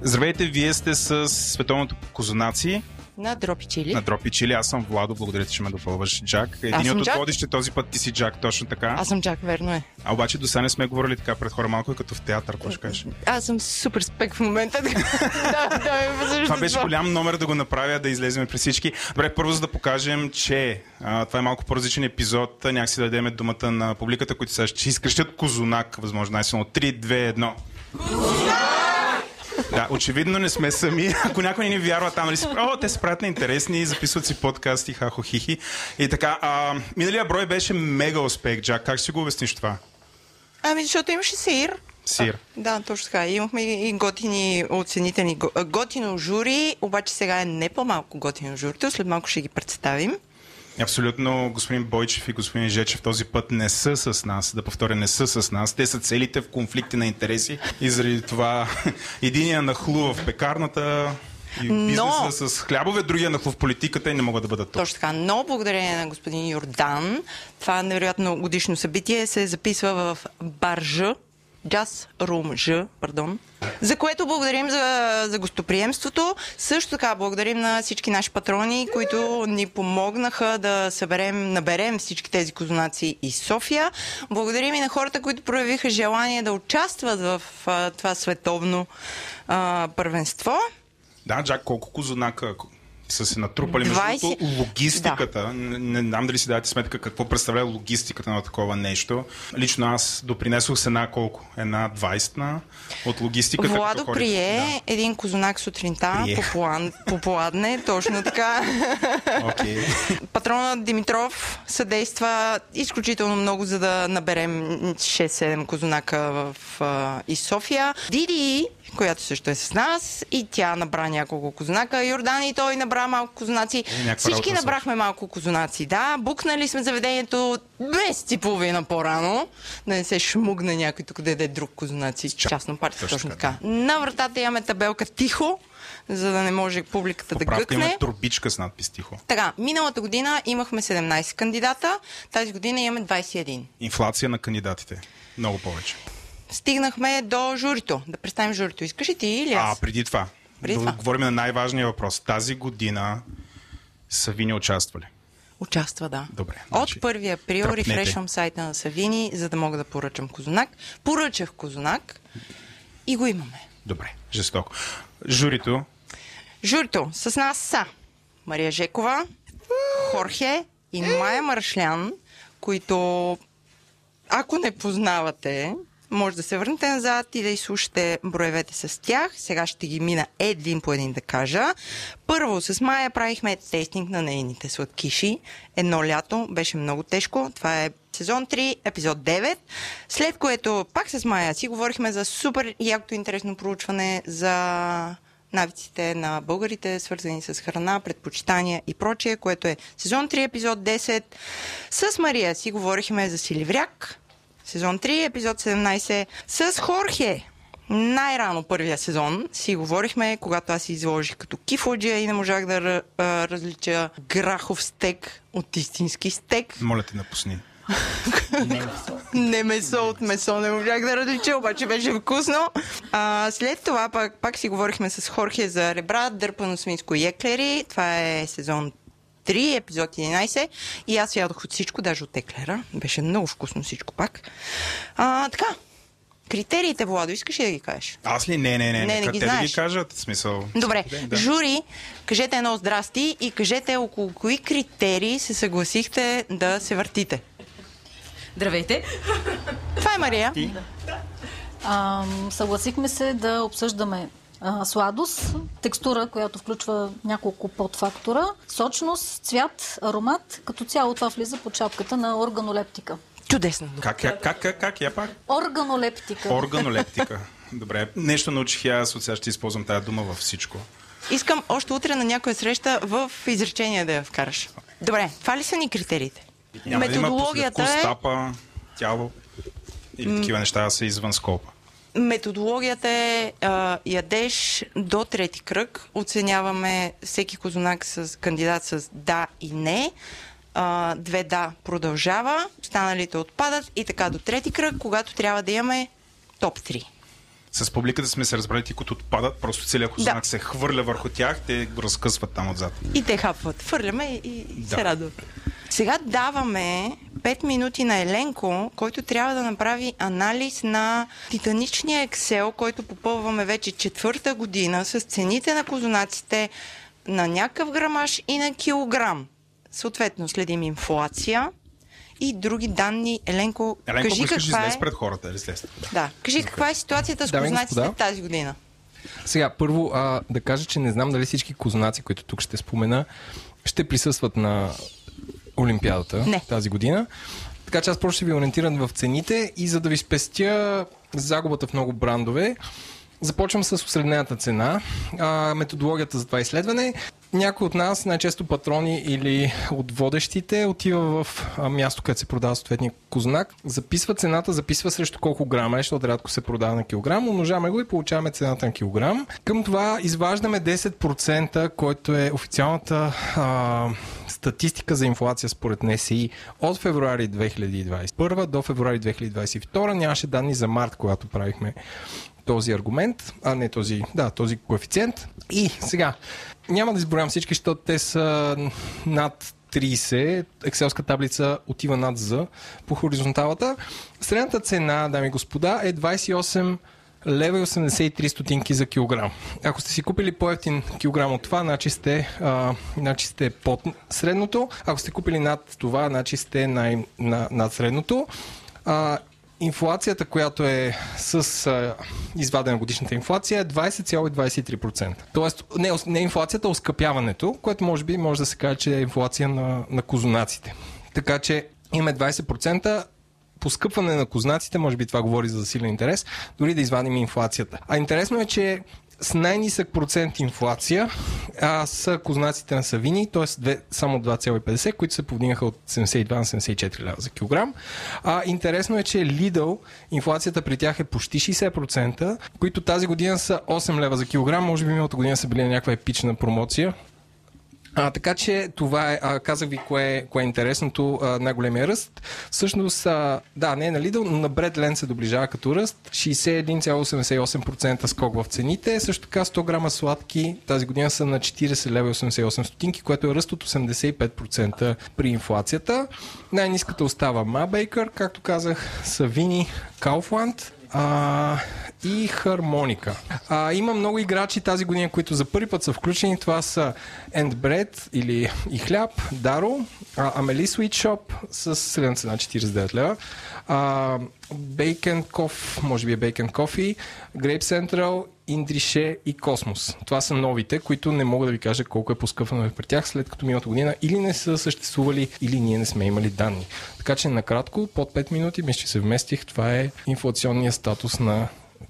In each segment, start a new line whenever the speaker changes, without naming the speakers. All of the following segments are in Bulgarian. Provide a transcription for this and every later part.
Здравейте, вие сте с Световното Козунаци
на Дропи Чили.
на Дропи Чили. Аз съм Владо, благодаря ти, че ме допълваш, Джак. Един
съм
от
Джак.
водище този път ти си Джак, точно така.
Аз съм Джак, верно е.
А обаче до сега не сме говорили така пред хора, малко е като в театър, какво ще кажеш.
Аз съм супер спек в момента. да, да, всъщност
Това беше голям номер да го направя, да излезем при всички. Добре, първо за да покажем, че а, това е малко по-различен епизод. Някакси да дадем думата на публиката, които сега ще изкрещят Козунак, възможно най-силно. 3, 2, 1. Да, очевидно не сме сами. Ако някой не ни вярва там, нали си... О, те се правят на интересни, записват си подкасти, хахо, хихи. И така, а, миналия брой беше мега успех, Джак. Как ще си го обясниш това?
Ами, защото имаше сир.
Сир.
Да, точно така. Имахме и и готини оценителни, го- а, готино жури, обаче сега е не по-малко готино журито. След малко ще ги представим.
Абсолютно, господин Бойчев и господин Жечев този път не са с нас. Да повторя, не са с нас. Те са целите в конфликти на интереси и заради това единия нахлува в пекарната и в
Но-
бизнеса с хлябове, другия нахлува в политиката и не могат да бъдат тук.
Точно така. Но благодарение на господин Йордан, това невероятно годишно събитие се записва в Баржа, Jazz Room Ж, пардон. За което благодарим за, за гостоприемството. Също така благодарим на всички наши патрони, които ни помогнаха да съберем, наберем всички тези козунаци и София. Благодарим и на хората, които проявиха желание да участват в а, това световно а, първенство.
Да, Джак, колко козунака са се натрупали. Между
20.
другото, логистиката, не, не знам дали си давате сметка какво представлява логистиката на такова нещо. Лично аз допринесох с една колко? Една 20 на от логистиката. като
Владо
хорих.
прие един козунак сутринта,
Прие.
по план- по пладне, точно така.
Да, окей.
Патронът Димитров съдейства изключително много, за да наберем 6-7 козунака в а, и София. Диди, която също е с нас, и тя набра няколко козунака. Йордан и той набра малко козунаци.
някаква
Всички
работа свърши.
набрахме малко козунаци, да. Букнали сме заведението без и половина по-рано. Да не се шмугне някой тук да яде друг козунаци. Частно партия,
Точно
точно
така,
така. На вратата имаме табелка тихо, за да не може публиката да
Поправка има
гъкне.
турбичка с надпис тихо.
Така, миналата година имахме 17 кандидата, тази година имаме 21.
Инфлация на кандидатите. Много повече.
Стигнахме до журито. Да представим журито. Искаш ли ти или аз?
А, преди това.
Преди
да
това.
Говорим на най-важния въпрос. Тази година са ви не участвали.
Участва, да.
Добре,
От
значи,
1 април
тръпнете.
рефрешвам сайта на Савини, за да мога да поръчам козунак. Поръчах козунак и го имаме.
Добре, жестоко. Журито,
Журито с нас са Мария Жекова, Хорхе и Майя Маршлян, които ако не познавате, може да се върнете назад и да изслушате броевете с тях. Сега ще ги мина един по един да кажа. Първо, с Майя правихме тестинг на нейните сладкиши. Едно лято беше много тежко. Това е сезон 3, епизод 9. След което пак с Майя си говорихме за супер якото интересно проучване за навиците на българите, свързани с храна, предпочитания и прочее, което е сезон 3, епизод 10. С Мария си говорихме за Силивряк, сезон 3, епизод 17. С Хорхе, най-рано първия сезон, си говорихме, когато аз се изложих като кифоджия и не можах да ра- а, различа грахов стек от истински стек.
моля те, напусни.
Не месо от месо, не можах да различа, обаче беше вкусно. А, след това пак, пак си говорихме с Хорхе за ребра, дърпано с миско и еклери. Това е сезон 3, епизод 11. И аз ядох от всичко, даже от еклера. Беше много вкусно всичко пак. А, така, критериите, Владо, искаш ли да ги кажеш?
Аз ли? Не, не, не.
Не, не
нека
ги
те да
знаеш.
ги кажат. в Смисъл.
Добре,
Всеки ден,
да.
да.
жури, кажете едно здрасти и кажете около кои критерии се съгласихте да се въртите.
Здравейте!
Това е Мария.
Ти?
Ам, съгласихме се да обсъждаме а, сладост, текстура, която включва няколко подфактора, сочност, цвят, аромат. Като цяло това влиза под шапката на органолептика.
Чудесно.
Как, как, как, как, как, я пак?
Органолептика.
Органолептика. Добре, нещо научих и аз от сега ще използвам тази дума във всичко.
Искам още утре на някоя среща в изречение да я вкараш. Добре, това ли са ни критериите?
Няма
методологията,
да има
е,
стапа, тяло или такива неща са извън скопа.
методологията е а, ядеш до трети кръг. Оценяваме всеки козунак с кандидат с да и не. А, две да продължава, останалите отпадат и така до трети кръг, когато трябва да имаме топ 3.
С публиката сме се разбрали, ти които отпадат, просто целият
Да.
знак се хвърля върху тях, те го разкъсват там отзад.
И те хапват. Фърляме и, и
Да.
се радват. Сега даваме 5 минути на Еленко, който трябва да направи анализ на титаничния Excel, който попълваме вече четвърта година с цените на козунаците на някакъв грамаж и на килограм. Съответно, следим инфлация и други данни. Еленко,
Еленко,
кажи
ако искаш,
каква
излез
е...
пред хората, излез. Да.
Да, кажи каква е ситуацията с
Дами и
козунаците
господа.
тази година.
Сега, първо а, да кажа, че не знам дали всички кознаци, които тук ще спомена, ще присъстват на Олимпиадата
Не.
тази година. Така че аз просто ще ви ориентирам в цените и за да ви спестя загубата в много брандове, започвам с осреднената цена, а, методологията за това изследване. Някой от нас, най-често патрони или от водещите, отива в а, място, където се продава съответния кознак, записва цената, записва срещу колко грама е, защото рядко се продава на килограм, умножаваме го и получаваме цената на килограм. Към това изваждаме 10%, който е официалната а, статистика за инфлация според НСИ от февруари 2021 до февруари 2022. Нямаше данни за март, когато правихме този аргумент, а не този, да, този коефициент. И сега, няма да изброявам всички, защото те са над 30, екселска таблица отива над Z по хоризонталата. Средната цена, дами и господа, е 28 лева и 83 стотинки за килограм. Ако сте си купили по-ефтин килограм от това, значи сте, а, значи сте под средното. Ако сте купили над това, значи сте най- на, над средното. А, инфлацията, която е с а, извадена годишната инфлация е 20,23%. Тоест, не, ос- не инфлацията, а оскъпяването, което може би може да се каже, че е инфлация на, на козунаците. Така че имаме 20% поскъпване на кознаците, може би това говори за засилен интерес, дори да извадим инфлацията. А интересно е, че с най-нисък процент инфлация а, са кознаците на Савини, т.е. две- само 2,50, които се повдигнаха от 72 на 74 лева за килограм. А, интересно е, че Lidl, инфлацията при тях е почти 60%, които тази година са 8 лева за килограм, може би миналата година са били на някаква епична промоция, а, така че това е, а, казах ви кое, е- кое е интересното, а, най-големия ръст. Всъщност, а, да, не е на Lidl, но на Бредленд се доближава като ръст. 61,88% скок в цените. Също така 100 грама сладки тази година са на 40 лева и 88 стотинки, което е ръст от 85% при инфлацията. Най-ниската остава Мабейкър, както казах, Савини, Кауфланд. А, и хармоника. А, има много играчи тази година, които за първи път са включени. Това са And Bread или и хляб, Даро, а, Амели Sweet Shop с средна цена 49 лева, а, Bacon Coffee, може би е Bacon Coffee, Grape Central, Индрише и Космос. Това са новите, които не мога да ви кажа колко е поскъпвано при тях, след като миналата година или не са съществували, или ние не сме имали данни. Така че накратко, под 5 минути, мисля, че се вместих. Това е инфлационният статус на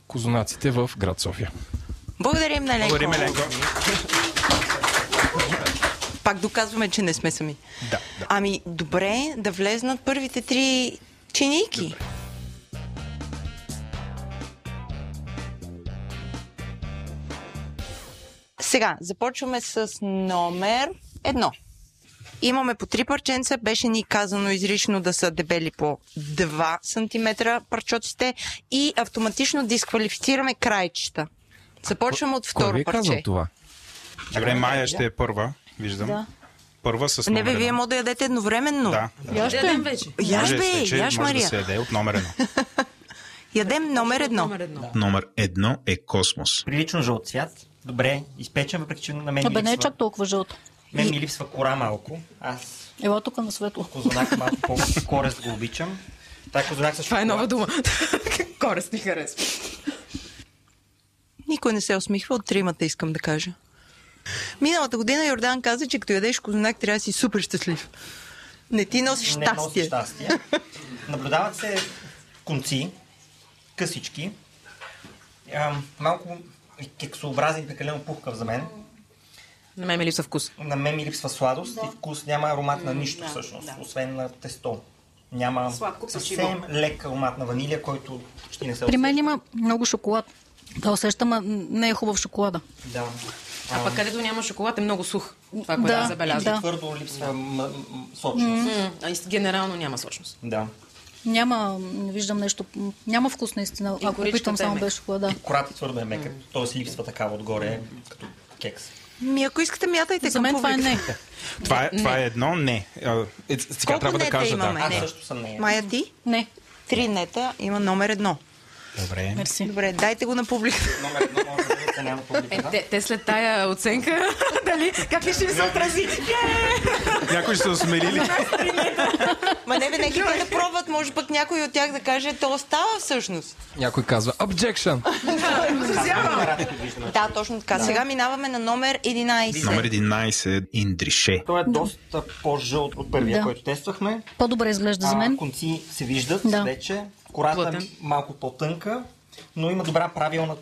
козунаците в град София.
Благодарим на Еленко.
Благодарим, Еленко.
Пак доказваме, че не сме сами.
Да, да.
Ами, добре да влезнат първите три чиники. Сега, започваме с номер едно. Имаме по три парченца, беше ни казано изрично да са дебели по 2 см парчоците и автоматично дисквалифицираме крайчета. Започваме от
Кой ви
второ
е казал
парче.
това?
Добре, Майя ще е първа, виждам.
Да.
Първа с
Не
номер
бе, вие
едно.
може да ядете едновременно.
Да.
Я ще-
Ядем вече.
Яш
Може да се
бе,
че може
яш
да
Мария.
се яде от номер едно.
Ядем номер едно.
Номер едно.
Номер едно е Космос.
Прилично жълт цвят. Добре, изпечен, въпреки че на мен ми
Абе, не е
липсва,
чак толкова жълто.
мен ми липсва кора малко. Аз
Ева тук на светло.
козунак малко по-корест го обичам. Та козунак също.
Това е нова дума. Корест ни харесва.
Никой не се усмихва от тримата, искам да кажа. Миналата година Йордан каза, че като ядеш кознак, трябва да си супер щастлив. Не ти носиш
не носи
щастие.
щастие. Наблюдават се конци, късички. Ам, малко кексообразен, прекалено пухкав за мен.
На мен ми липсва вкус.
На мен ми липсва сладост и вкус. Няма аромат на нищо всъщност, освен на тесто. Няма
Сладко
съвсем лек аромат на ванилия, който почти не се
При
усеща.
мен има много шоколад. Да усещам, а не е хубав шоколада.
Да.
А пък където няма шоколад е много сух. Това, което
Да,
да, забелязва.
Твърдо липсва м- м- сочност.
А и с- Генерално няма сочност.
Да.
Няма, не виждам нещо, м, няма вкус наистина.
И
Ако
коричката
опитам
е
само
мека.
без шоколада.
И кората твърдо е мека, т.е. липсва такава отгоре, като кекс.
Ми, ако искате, мятайте
За мен
към
това е не.
Това е, това е едно не. А, е, сега
Колко
трябва да
нета
кажа,
имаме?
да.
Аз
Не.
също съм нея.
Майя ти?
Не,
Три нета има номер едно.
Добре.
мерси.
Добре, дайте го на публика.
Номер едно може да бъде ценя на
Е,
публиката.
те, те след тая оценка, дали, как ли ще ви се отрази?
Някой ще се осмели ли?
Ма не винаги те да пробват, може пък някой от тях да каже, то остава всъщност.
Някой казва Objection.
Да, точно така. Сега минаваме на номер 11.
Номер 11 Индрише.
Той е доста по-жълт от първия,
Да.
който тествахме.
По-добре изглежда за
А,
мен.
конци се виждат
Да.
вече. Кората е
Плътен.
малко по-тънка, но има добра правилна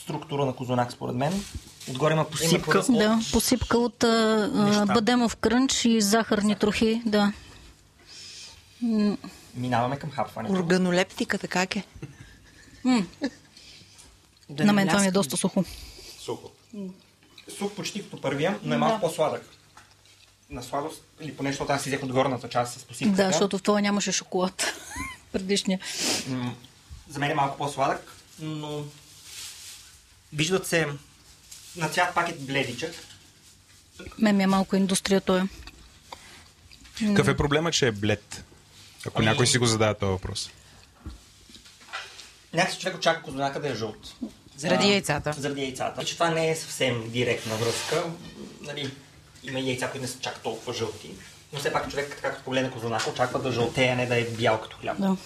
структура на козунак, според мен. Отгоре има посипка. от-
Да, посипка от а, а,
Неща.
бадемов крънч и захарни трохи, да.
Минаваме към хапването.
Органолептиката как е?
Да
На мен това ми е доста сухо.
Сухо. Сух почти като първия, но е малко по-сладък. На сладост, или поне защото аз си взех от горната част с посипката.
Да, защото в това нямаше шоколад. Предишния.
М, За мен е малко по-сладък, но виждат се на цвят пак е бледичък.
Мен ми е малко индустрия той.
Какъв е проблема, че е блед? Ако
Ами-
някой си го задава този въпрос.
Някакси човек очаква козунака да е жълт.
Заради
А,
яйцата.
Заради яйцата. Че това не е съвсем директна връзка. Нали, има и яйца, които не са чак толкова жълти. Но все пак човек, така като погледне козунака, очаква да жълтее, а не да е бял като хляб.
Да.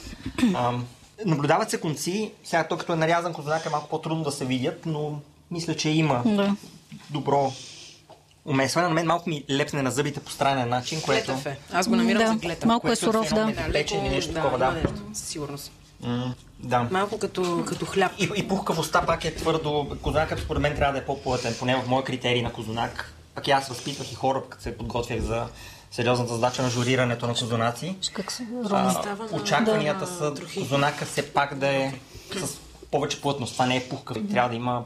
Ам, наблюдават се конци. Сега той като е нарязан козунак е малко по-трудно да се видят, но мисля, че има
Да.
добро умесване. На мен малко ми лепне на зъбите по странен начин, което...
Глетав е. Аз го намирам
Да,
за глетав.
малко е
което
суров,
все едно
да.
ми е Печени нещо
да,
такова,
има
да.
нещо, Със сигурност.
М, Да.
Малко като, като хляб.
И, и пухкавостта пак е твърдо. Козунакът според мен трябва да е по-плътен, поне в моя критерий на козунак. Пак и аз възпитвах и хора, като се подготвях за сериозната задача на журирането на козунаци.
Как се
А,
става на- да,
очакванията са
на трохи.
козунака все пак да е с повече плътност. Това не е пухкав. Трябва да има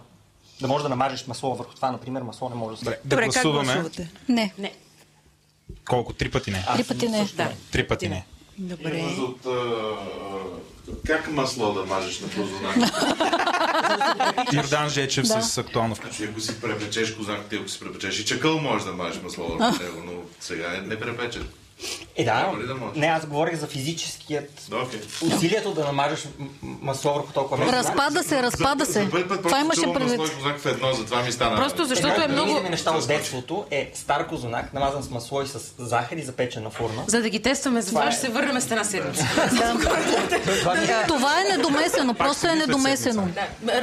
да можеш да намажеш масло върху това, например, масло не може да се.
Да
Добре, как
гласуваме.
гласувате?
Не,
Не,
Колко? Три пъти не.
три пъти не.
да.
Три пъти не.
Добре.
От, а, как масло да мажеш на прозонак?
Йордан Жечев
Да.
с актуално включване.
Значи, ако си препечеш козак, ти ако си препечеш и чакъл можеш да мажеш масло върху него, но сега е непрепечен.
Е, да.
Добре, да може.
Не, аз говорих за физическият
Да, окей.
усилието да намажеш м- м- масло върху толкова месо.
Разпада се, разпада
За-
се.
За първи път
Това
просто
имаше
чувам
предвид.
масло и козак в едно, затова ми стана.
Просто защото
Едно
е
от
много...
любимите неща от детството е стар козунак, намазан с масло и с захар и запечен на фурна.
За да ги тестваме, за това
Това е.
ще се върнем с една седмица.
Това ми е
Това е недомесено, просто е недомесено.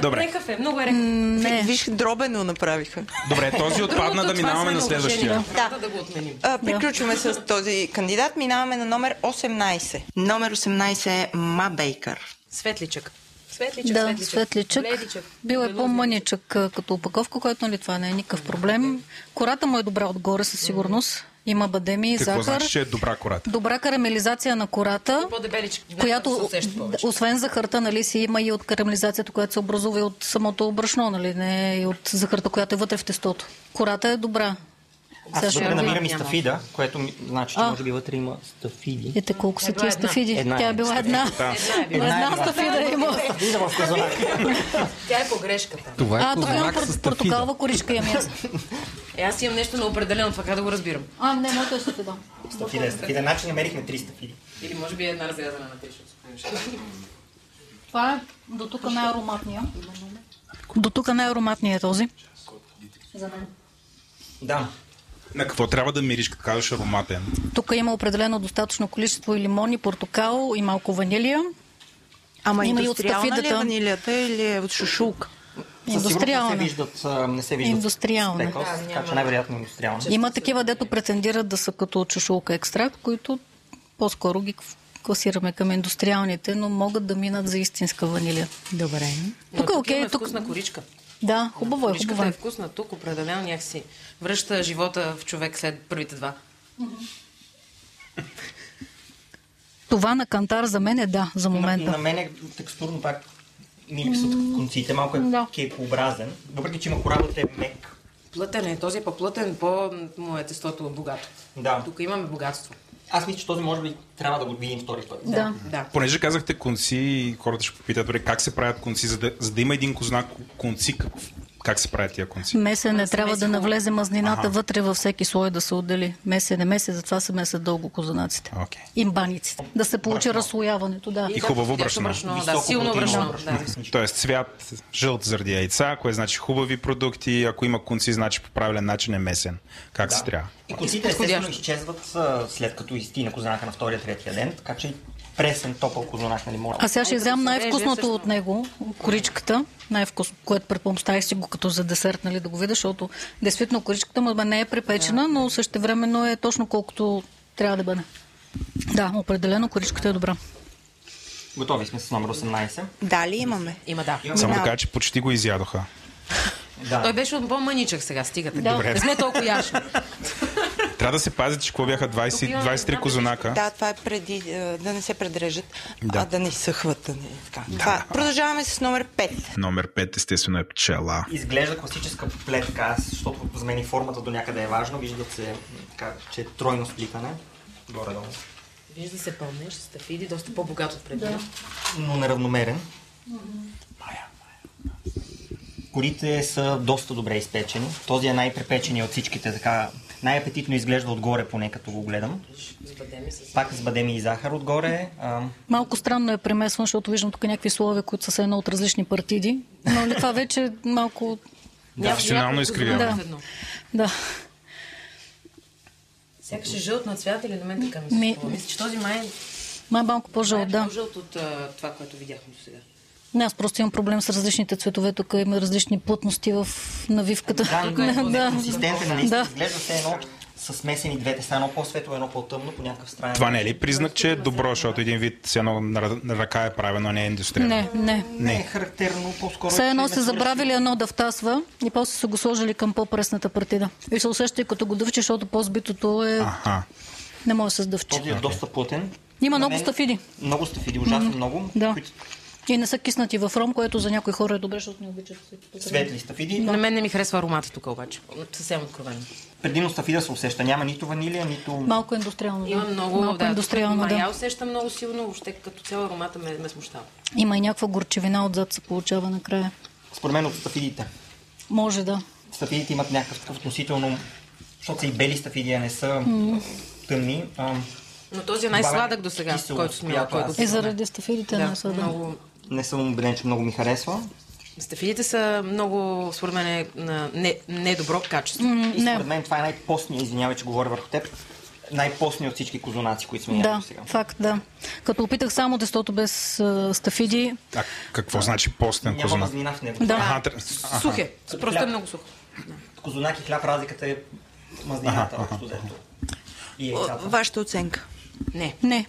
Добре.
Рехав е, много е рехав.
Не.
Не.
Виж, дробено направиха.
Добре, този отпадна да минаваме на следващия.
Да. да го отменим.
А, приключваме с този кандидат. Минаваме на номер 18. Номер 18 е Ма Бейкър.
Светличък. Светличък,
Да, светличък.
Бледичък.
Бил е
Белузен.
по-мъничък а, като опаковка, което нали това не е никакъв проблем. Кората му е добра отгоре със сигурност. Има бадеми,
Какво
захар.
значи, че е добра кората?
Добра карамелизация на кората.
По-дебеличък. Да, да се
която,
усеща повече.
освен захарта, нали, си има и от карамелизацията, която се образува и от самото брашно, нали, не и от захарта, която е вътре в тестото. Кората е добра.
Аз
ще
тук
видим.
намирам и стафида, което ми, значи, че
А.
може би вътре има стафиди.
Е,
Ете колко са
Една,
тия
една.
стафиди.
Една
Тя
е
е била една. Една,
Една е била.
стафида е има.
Стафида в казанак.
Тя е погрешката.
Това
А,
е
тук имам
козунак
пор-
с тафида.
портокалва коричка имам аз.
Е, аз имам нещо на определено, това как да го разбирам.
А, не, моето е стафида.
Стафида е стафида. Значи намерихме три стафиди.
Или може би е една разрязана на три, защото
Това е до тук най-ароматния. До тук най-ароматния е този.
Да.
На какво трябва да мириш, като казваш ароматен?
Тук има определено достатъчно количество и лимон, и портокал, и малко ванилия.
Ама
Има и от
индустриална ли е
стафидата.
ванилията или е от шушулка?
Със сигурност Не се
Индустриална.
виждат, а, не се виждат
Индустриална.
стекос,
Да,
така че
няма.
най-вероятно индустриална.
Има такива, дето претендират да са като чушулка екстракт, които по-скоро ги класираме към индустриалните, но могат да минат за истинска ванилия.
Добре.
Тук е окей,
Е
тук...
вкусна коричка.
Да, хубаво е,
Коричката
хубаво
е
е.
вкусна тук, определено някакси връща живота в човек след първите два.
Това на кантар за мен е да, за
На
момента.
мен е текстурно пак ми липсват конците. Малко е
Да.
кейпообразен. Въпреки, че има корабът е мек.
Плътен е, този е по-плътен, по-му е тестото богато.
Да.
Тук имаме богатство.
Аз мисля, че този може би трябва да го видим втори път.
Да.
Да.
Понеже казахте конци, и хората ще попитат добре как се правят конци, за да, за да има един кознак конци, как, как се правят тия конци.
Месене
Аз
трябва да
смесих
навлезе мазнината
Аха.
вътре във всеки слой да се отдели. Месене, месе, затова се месят дълго козунаците.
Окей.
И баниците. Да се получи разслояването, да.
И хубаво брашно.
Да,
Високо
силно
протеиново
брашно.
брашно.
Да.
Тоест цвят, жълт заради яйца, кое значи хубави продукти, ако има конци, значи по правилен начин е месен, как да. се трябва.
И косите естествено
Подходящо.
изчезват а, след като изтина козунака на втория, третия ден, така че пресен топъл козунак, нали може.
А сега ще
Ай, като
взем
се реже,
най-вкусното
също.
от него, коричката, най-вкусно, което предполагам, ставиш си го като за десерт, нали, да го видиш, защото действително коричката му не е препечена, но същевременно е точно колкото трябва да бъде. Да, определено коричката е добра.
Готови сме с номер 18.
Дали имаме?
Има да.
Само да
Да.
кажа, че почти го изядоха.
Да.
Той беше по-мъничък сега, стигате.
Да.
Не сме толкова яшни.
Трябва да се пази, че какво бяха 20, 23 козунака.
Да, това е преди е, да не се предрежат, а да не изсъхват. Да не, е така. Това. Продължаваме с номер
Е,
5.
Номер 5 естествено е пчела.
Изглежда класическа плетка, аз, защото за мен и формата до някъде е важно. Виждат се, м, така, че е тройно сплитане. Горе-долу.
Вижда се пълнеш, стафиди, доста по-богат от преди.
Но неравномерен. Корите са доста добре изпечени. Този е най-препеченият от всичките, така най-апетитно изглежда отгоре, поне като го гледам. Пак с бадеми и захар отгоре. А,
Малко странно е премесван, защото виждам тук някакви слове, които са все едно от различни партиди. Но ли това вече е малко...
Професионално изкривяване.
Да. Да.
Сякаш е жълт на цвят или на мен така ми се
Ми-
струва. Мисля, че този май
Май малко по-жълт, да.
жълт от а, това, което видяхме до сега.
Не, аз просто имам проблем с различните цветове. Тук има различни плътности в навивката.
Да, но
Не,
този консистентен, наистина
е, Да.
изглежда все едно са смесени двете, са едно по-светло, едно по-тъмно, по някакъв странен.
Това не е ли признак, че е добро, защото един вид с едно на ръ- на ръка е правено, а не е индустриално?
Не, не.
Не е характерно, по-скоро.
Все едно
е
са забравили едно да втасва и после са го сложили към по-пресната партида. И се усеща и като го дъвче, защото по-збитото е...
Аха.
Не може да се дъвче.
Този е доста плътен.
Има
На
много
мен-
стафиди.
Много стафиди, ужасно много.
Да.
които-
И не са киснати в ром, което за някои хора е добре, защото не обичат всеки
Светли стафиди.
На мен не ми харесва аромата тук обаче. Съвсем откровено.
Предимно стафида се усеща. Няма нито ванилия, нито...
Малко индустриално. Да.
Има много...
Малко индустриално,
Я
да.
усещам много силно, въобще като цяло аромата ме, ме смущава.
Има и някаква горчевина отзад се получава накрая.
Според мен от стафидите.
Може да. Е,
Стафидите имат някакъв такъв относително... Защото са и бели стафиди, а не са тъмни. А,
Но този е най-сладък до сега,
Кисело,
който сме имали,
която
който
аз-
И Е, заради стафидите не са
да,
да.
много...
не съм убеден, че много ми харесва.
Стафидите са много, според мен, е, на не, недобро качество.
М,
И според
Не,
мен това е най-постният, извинявай, че говоря върху теб, най-постният от всички козунаци, които сме
да,
яли сега.
факт, да. Като опитах само тестото без а, стафиди,
А какво значи постен
Няма
кознак?
мазнина в него.
Да.
Аха, тр-
Аха. Сух е. Просто е
Хляб.
много сух.
Козунак и хляб разликата е мазнината, общо взето. И яйцата.
Вашата оценка?
Не.
не.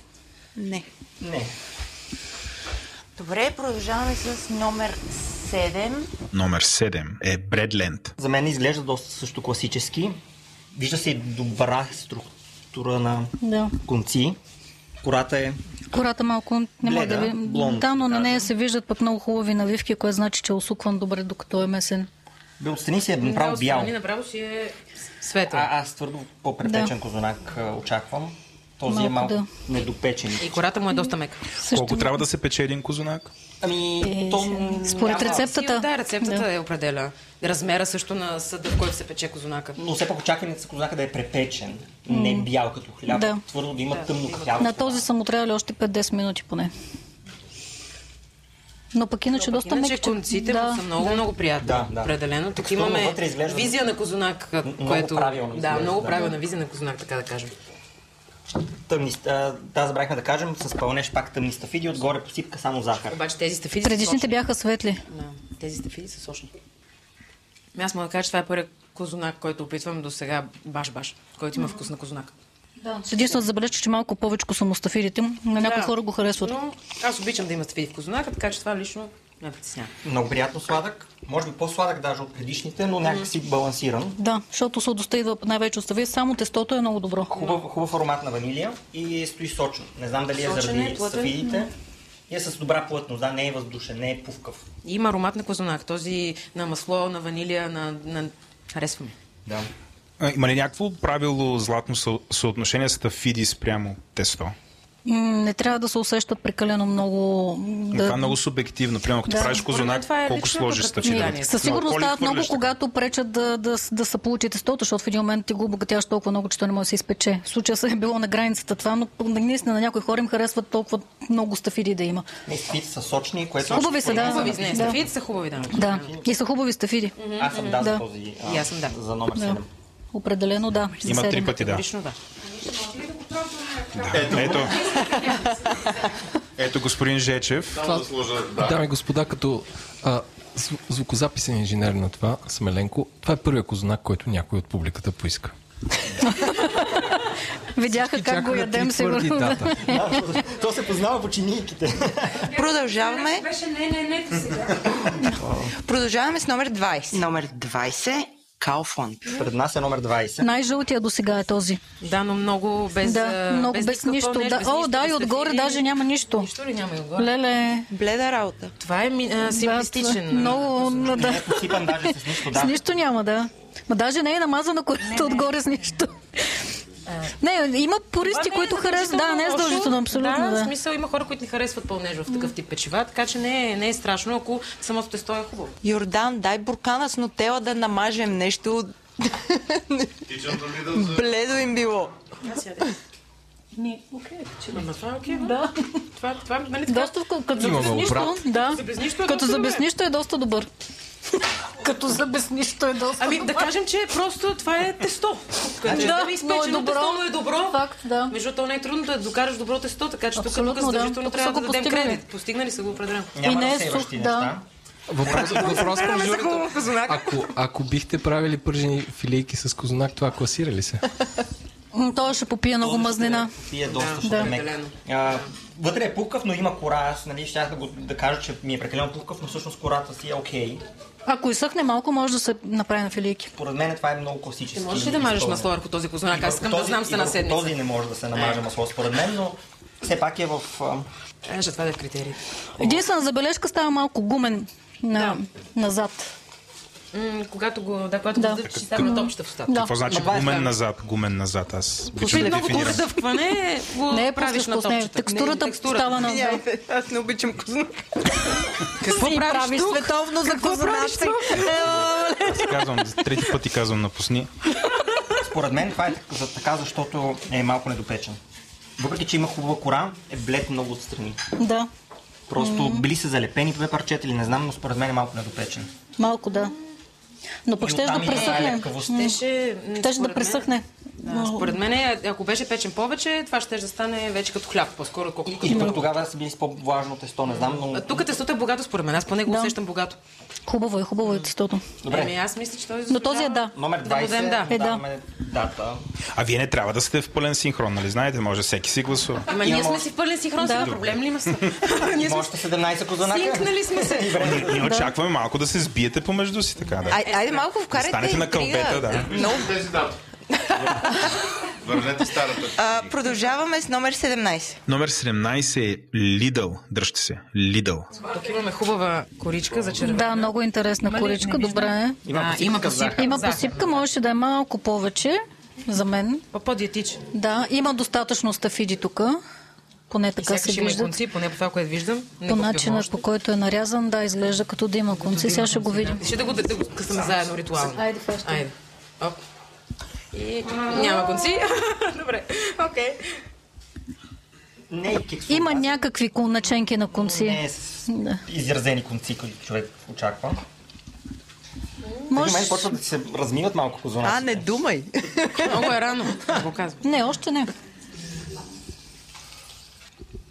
Не.
Не.
Добре, продължаваме с номер 7.
Номер 7 е Бредленд.
За мен изглежда доста също класически. Вижда се и добра структура на
Да.
конци. Кората е
Кората малко не мога
Бледа,
да ви...
блонд,
да, но на
да.
нея се виждат пък много хубави навивки, което значи, че е усукван добре, докато е месен.
бе отстрани си е направо
Отстрани
бял.
Направо си е светъл.
А, аз твърдо по-препечен козунак а, очаквам. Този е малко
Малко
недопечен.
И кората му е доста мека.
Колко трябва да се пече един козунак?
Ами,
Е,
то м,
Според
няма-
рецепт- Рецептата.
Сила, Да, рецептата е определя. Размера също на съда, в който се пече козунака.
Но все пак очакванията са козунака да е препечен, не бял като хляб.
Да.
Твърдо да има тъмно хляб.
На този са му трябвали още 5-10 минути поне. Но пък иначе доста
Иначе
мекичък.
конците
да,
му са много, много приятни.
Да, да.
Определено. Тук
Текстурно
имаме
вътре изглежда-
визия на козунак,
Много
което...
правилно
да,
изглежда,
много
да.
правилна визия на козунак, така да кажем.
Тъмни, ст- а, да, забравихме да кажем, с пълнеш пак тъмни стафиди, отгоре посипка само захар.
Обаче тези стафиди са
Предишните
сочни.
бяха светли.
Да, тези стафиди са сочни. Ами Аз мога да кажа, че това е първият козунак, който опитвам до сега баш-баш, който има вкус на козунак.
Единствено забележа, че малко повече са му стафидите. На някои
Да.
хора го харесват.
Но аз обичам да има стафиди в козунака, така че това лично ме притеснява.
Много приятно сладък, може би по-сладък даже от предишните, но някакси балансиран.
Да, защото сладостта идва най-вече от стафиди. Само тестото е много добро.
Хубав, хубав аромат на ванилия и стои сочно. Не знам дали е
Сочен
заради
е, плътен.
стафидите. И е с добра плътност, да, не е въздушен, не е пувкав.
И Има аромат на козунак, този на масло, на ванилия, на... на... Харесва ми.
Да.
А, Има ли някакво правило златно съ- съотношение с тафиди спрямо тесто?
М, Не трябва да се усещат прекалено много.
Да.
Да...
Това е много субективно. Примерно, като
Да.
правиш
Според
козунак,
мен това е
колко
личното
сложиш
предпочитание.
тафиди?
Със
Със сигурност стават много,
когато.
когато пречат да, да, да се получи тестото, защото в един момент ти го обогатяваш толкова много, че то не може да се изпече. В случая се е било на границата това, но наистина на някои хора им харесват толкова много стафиди да има.
Не, стафидите са сочни, което... е
Хубави са, да.
Хубави, не,
да.
стафиите са хубави, да.
Да, и са хубави стафиди.
Аз съм да, за
Да.
този...
И аз съм да.
За номер 7.
Да. Определено да. за
Има три
седем.
пъти, да.
Лично да.
Ето, ето, ето господин Жечев.
Само да сложа... Да.
Дами и господа, като а, зв- звукозаписен инженер на това, Смеленко, това е първият кознак, който някой от публиката поиска.
Видяха как го
Чакаме
ядем,
три твърди
сигурно. Да.
дата.
То се познава по чинийките.
Продължаваме.
Е, Беше не, не, не, ти сега.
Продължаваме с номер 20. Номер 20. Кауфланд.
Пред нас е номер 20.
Най-жълтия до сега е този.
Да, но много без...
да,
а,
много без,
никаква
нищо.
помощ,
да.
без
О,
нищо,
да, и
без
отгоре
тафиди.
даже няма нищо.
Нищо ли няма и отгоре?
Леле,
Бледа работа.
Това е ми, а, симплистичен.
да, много, да,
Не е посипан даже с нищо,
С
да.
нищо няма, да. Ма даже не е намазана кората отгоре с нищо. Не, има
Това
пористи,
не е
които харесват. Да, не е
лошо.
задължително, абсолютно,
Да, в
да.
смисъл има хора, които не харесват пълнеж в такъв тип печива, така че не е, не е страшно, ако самото тесто е хубаво.
Йордан, дай буркана с нотела да намажем нещо.
Тичам до Lidl за...
Бледо им било.
Ама това е окей, да. Това, това, нали така?
Доста, в- като
Имаме
за без нищо,
обрат.
да.
За без нищо е
Като
доста
за без
добре.
нищо е доста добър. Като за без нищо е доста
Ами да кажем, че просто това е тесто. Като
Да,
да,
но е
изпечено
добро.
тесто, но е добро.
Факт, да.
Между другото, не е трудно да докараш добро тесто, така че тук, е тук
Абсолютно, да.
задължително
Тук са
трябва да
го
дадем
постигнали.
кредит. Постигнали са го определено.
Няма
И не е
разсейващи
сух,
неща.
да.
Въпрос, въпрос към журито. Ако, ако бихте правили пържени филейки с кознак, това класира ли се?
М, Той ще попие много мазнина.
Пие доста, защото е мек.
определено.
А, вътре е пухкав, но има кора. Аз нали, щях да, го, да кажа, че ми е прекалено пухкав, но всъщност кората си е окей.
Ако изсъхне малко, може да се направи на филийки.
Поред мен това е много класически.
Ти можеш ли да мажеш
изпълнен.
масло върху този кознак? Аз
И
искам
върху
да знам
този-
се
и
на
върху
седмица.
Този не може да се намаже масло според мен, но все пак е в... а,
Е, ще това да е критерий.
Единствена забележка става малко гумен на, назад.
М, когато го, да, когато
Да.
го задъвчиш, стават обща в устата.
Да.
Какво значи
това е
гумен
това.
назад? Гумен назад. Аз
Освен
обичам да
много добре
дефинирам.
дъвкване, го
Не е
правиш на
пускаш, не.
топчета.
Текстурата
Не,
става на-
Извинявайте, аз не обичам козунак.
Какво
Си
правиш
правиш
тук?
Световно за кознаци.
Казвам, за трети пъти казвам напусни.
Според мен това е так- за- така, защото е малко недопечен. Въпреки, че има хубава кора, е блед много отстрани.
Да,
Просто били са залепени две парчета или не знам, но според мен е малко недопечен.
малко да. Но пък
И
ще да
оттам идва
пресъхне.
лепкавостта.
М,
Щеше, м,
Щеше
според
да
мен-
пресъхне.
Да, според мен, е, ако беше печен повече, това ще да стане вече като хляб, по-скоро
И,
отколкото
и
като
пък тогава са били с по-влажно тесто, не знам, но...
А, Тук тестото е богато според мен, аз поне го
Да.
усещам богато.
Хубаво е, хубаво е тестото.
Еми,
Добре,
аз мисля, че той
Но този е да.
номер
Да му
20,
дадем, да.
Е, да.
даваме дата.
А вие не трябва да сте в пълен синхрон, нали? Знаете, може всеки си гласува.
Ама ние сме си в пълен синхрон, сега проблем ли има се? ние сме
Още 17 козанака.
синкнали сме се.
Ние, ние очакваме малко да се сбиете помежду си, така да.
Ай, айде малко вкарайте
Станете на
интрига.
кълбета, да.
Много.
Тези дата. Върнете старата.
А, продължаваме с номер 17.
Номер 17 е Lidl. Дръжте се. Lidl.
Тук имаме хубава коричка за червено.
Да, много интересна коричка, добре. е.
А, има посипка.
Има посипка, можеше да е малко повече за мен.
По-диетичен.
Да, има достатъчно стафиди тук. Поне така
Сякаш
се
има
вижда.
иконци, поне по това, което виждам. Не
По
го пивам
начина,
още.
по който е нарязан, да, изглежда като да има конци. Сега ще го видим.
Ще да го, да го късаме заедно ритуално.
Айде, фащай.
Айде. Оп. И няма конци. Добре. Окей.
Не е кексо.
Има някакви кон- наченки на
Не е
конци.
с
Да.
изразени конци, които човек очаква. В един
Може...
момент почват да се размиват малко козунаци.
А, не думай.
Много е рано. Го казвам.
Не, още не.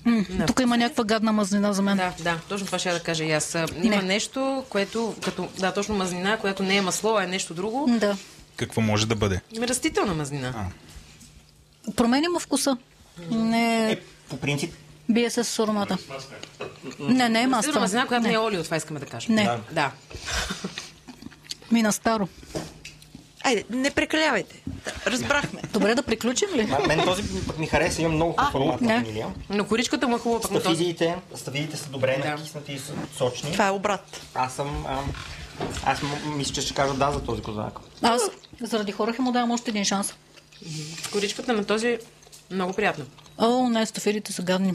М, Тук има някаква гадна мазнина за мен.
Да, да, точно това ще я да кажа и аз. А, Има
Не.
нещо, което, като, да, точно мазнина, която не е масло, а е нещо друго.
М, Да.
Какво може да бъде?
Има растителна мазнина.
Променя му вкуса. Не
Е, по принцип,
бие се с аромата. Не, не е
Растителна мазнина,
масло.
която не е олио, това искаме да кажем.
Не,
Да.
мина старо.
Айде, не прекалявайте. Разбрахме.
Добре, да приключим ли?
ма- мен този пък ми хареса, имам много хубав аромат
не.
на ванилия.
Но коричката му е хубава, пък на този.
Стафидиите, стафидиите са добре
Да.
накиснати и са сочни.
Това е обрат.
Аз съм ам, Аз м- мисля, че ще кажа да за този козунак.
Аз заради хораха му давам още един шанс.
Коричката на този е много приятна.
О, не, стафирите са гадни.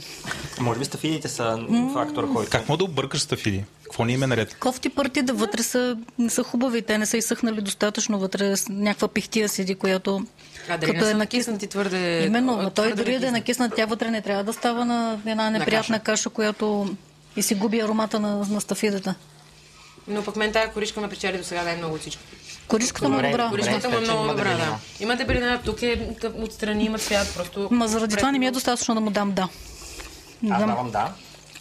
Може би стафидите са фактор, който...
Как мога да объркаш стафиди? Какво не им е наред?
Кофти партида вътре са, не са хубави, те не са изсъхнали достатъчно вътре. с Някаква пихтия седи, която
А, дали
Като
не са
е
накиснати твърде...
Именно, а той
твърде
дори да е
накиснат.
накиснат, тя вътре не трябва да става на една неприятна каша. която и си губи аромата на, на стафидата.
Но пък мен тая коричка ме печели до сега най-много от всичко.
Коричката му е
Добре,
добра.
добре.
Коричката му е
така че
много
има
добра, да.
дебелина.
Има дебелина, тук е тъп- отстрани, има цвят, просто...
Ма заради това не ми е достатъчно да му дам да. Не
Аз
дам-
давам да.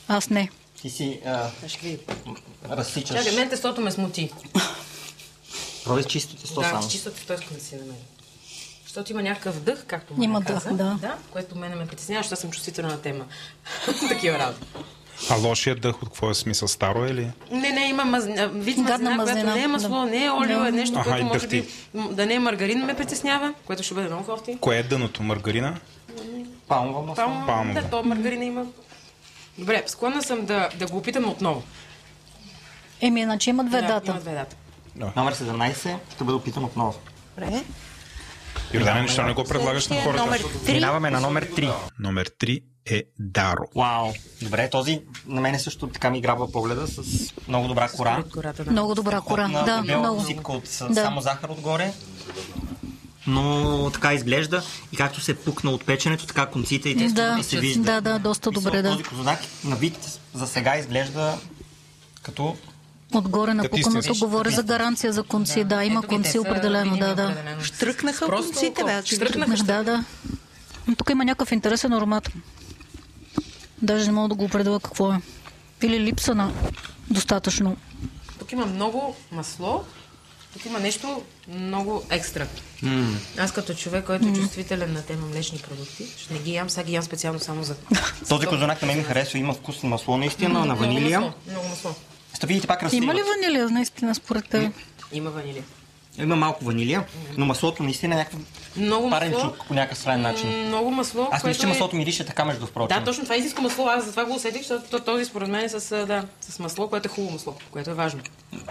Аз не.
Ти си а,
Ще видим.
разсичаш.
Чакай, мен тестото ме смути.
Пробвай с чисто тесто
да,
само.
с чисто тесто искам да си намеря. Защото има някакъв дъх, както му
Има
каза,
дъх, да.
да. което мене ме притеснява, защото аз съм чувствителна на тема. Такива работи.
А лошия дъх от какво е смисъл? Старо е ли?
Не, не, има маз... а, вид
Гадна
мазнина, която
мазнина,
не е масло,
да.
не е олио, е нещо,
Аха,
което
и
може
дъхти.
би м, да не е маргарин, ме притеснява, което ще бъде много кофти.
Кое е дъното? Маргарина?
Палмова масло.
Палмово,
Палмово.
Да, то маргарина има. Добре, склонна съм да, да го опитам отново.
Еми, иначе има две
Да, има
дата.
две дата.
Номер 17 ще бъде опитан отново.
Добре.
Йордане, нищо не го предлагаш на хората.
Следващия номер 3.
Минаваме на номер 3.
Номер 3 е Даро.
Вау. Добре, този на мене също така ми грабва погледа с много добра кора.
Гората на...
Много добра кора.
на
Да,
дебела
много.
посипка от с-
Да.
само захар отгоре. Но така изглежда и както се пукна от печенето, така конците и тестовете
Да,
се вижда.
да, да, доста добре, да.
Този козунак на вид за сега изглежда като
Отгоре на
Като
пуканото
истински.
говоря
Ами,
за гаранция за конци. Да, има
Ето ги, те
конци
са
определено.
видими
Да, да.
е определено.
Штръкнаха
Просто
конците, бе. аз
колко?
ги
Штръкнаха.
дръпнах.
Да, да. Но тук има някакъв интересен аромат. Даже не мога да го определя какво е. Или липса на достатъчно.
Тук има много масло, тук има нещо много екстра. Аз като човек, който е чувствителен на тема млечни продукти, ще не ги ям, сега ги ям специално само за...
Този козунак на мен ми харесва, има вкус на масло наистина, на ванилия.
Много масло, много масло.
Стъпидите пак
Има ли
разсейват.
ванилия, наистина, според теб?
Има ванилия.
Има малко ванилия, но маслото наистина е някакво
Много масло.
паренчук по някакъв странен начин.
Много масло,
значи. Аз мисля, че
е-
маслото мирише така между впрочем.
Да, точно това е истинско масло. Аз затова го усетих, защото то- този според мен е с, а, да, с масло, което е хубаво масло, което е важно.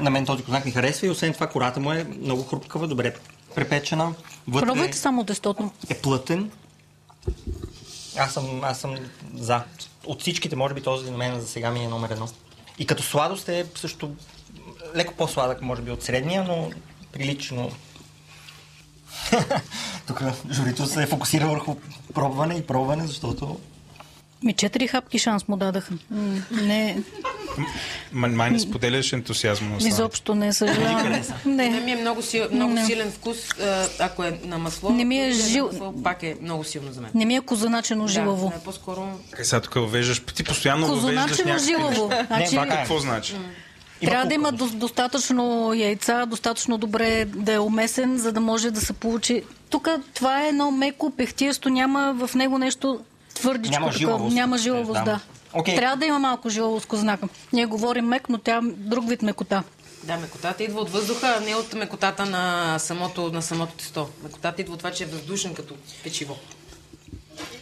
На мен този кознак ми харесва и освен това кората му е много хрупкава, добре препечена. Вътре
Пробвайте само тестото.
е плътен. Аз съм, аз съм за. От всичките, може би този на мен за сега ми е номер едно. И като сладост е също леко по-сладък, може би, от средния, но прилично. Тук журито се е фокусира върху пробване и пробване, защото
Ми четири хапки шанс му дадаха. М, Не,
М- Май не споделяш ентусиазма на останалите.
изобщо не съжалявам.
Не
Не.
ми е много, сил, много
Не.
силен вкус, а, ако е на масло.
Не ми е
ако на
жил-
масло, Пак е много силно за мен.
Не ми е козаначено жилаво.
Да, по-скоро
Е, Сега тук въвеждаш, ти постоянно въвеждаш
Козоначено
някакви
жилаво.
неща.
Значи,
това как?
Какво значи?
трябва да
пукане.
има до- достатъчно яйца, достатъчно добре да е умесен, за да може да се получи. Тук това е едно меко пехтиесто, няма в него нещо твърдичко.
Няма
такова.
жилавост.
Няма жилавост,
Да.
да.
Окей.
Трябва да има малко жилавост кознака. Ние говорим мек, но тя е друг вид мекота.
Да, мекотата идва от въздуха, а не от мекотата на самото, на самото тесто. Мекотата идва от това, че е въздушен като печиво.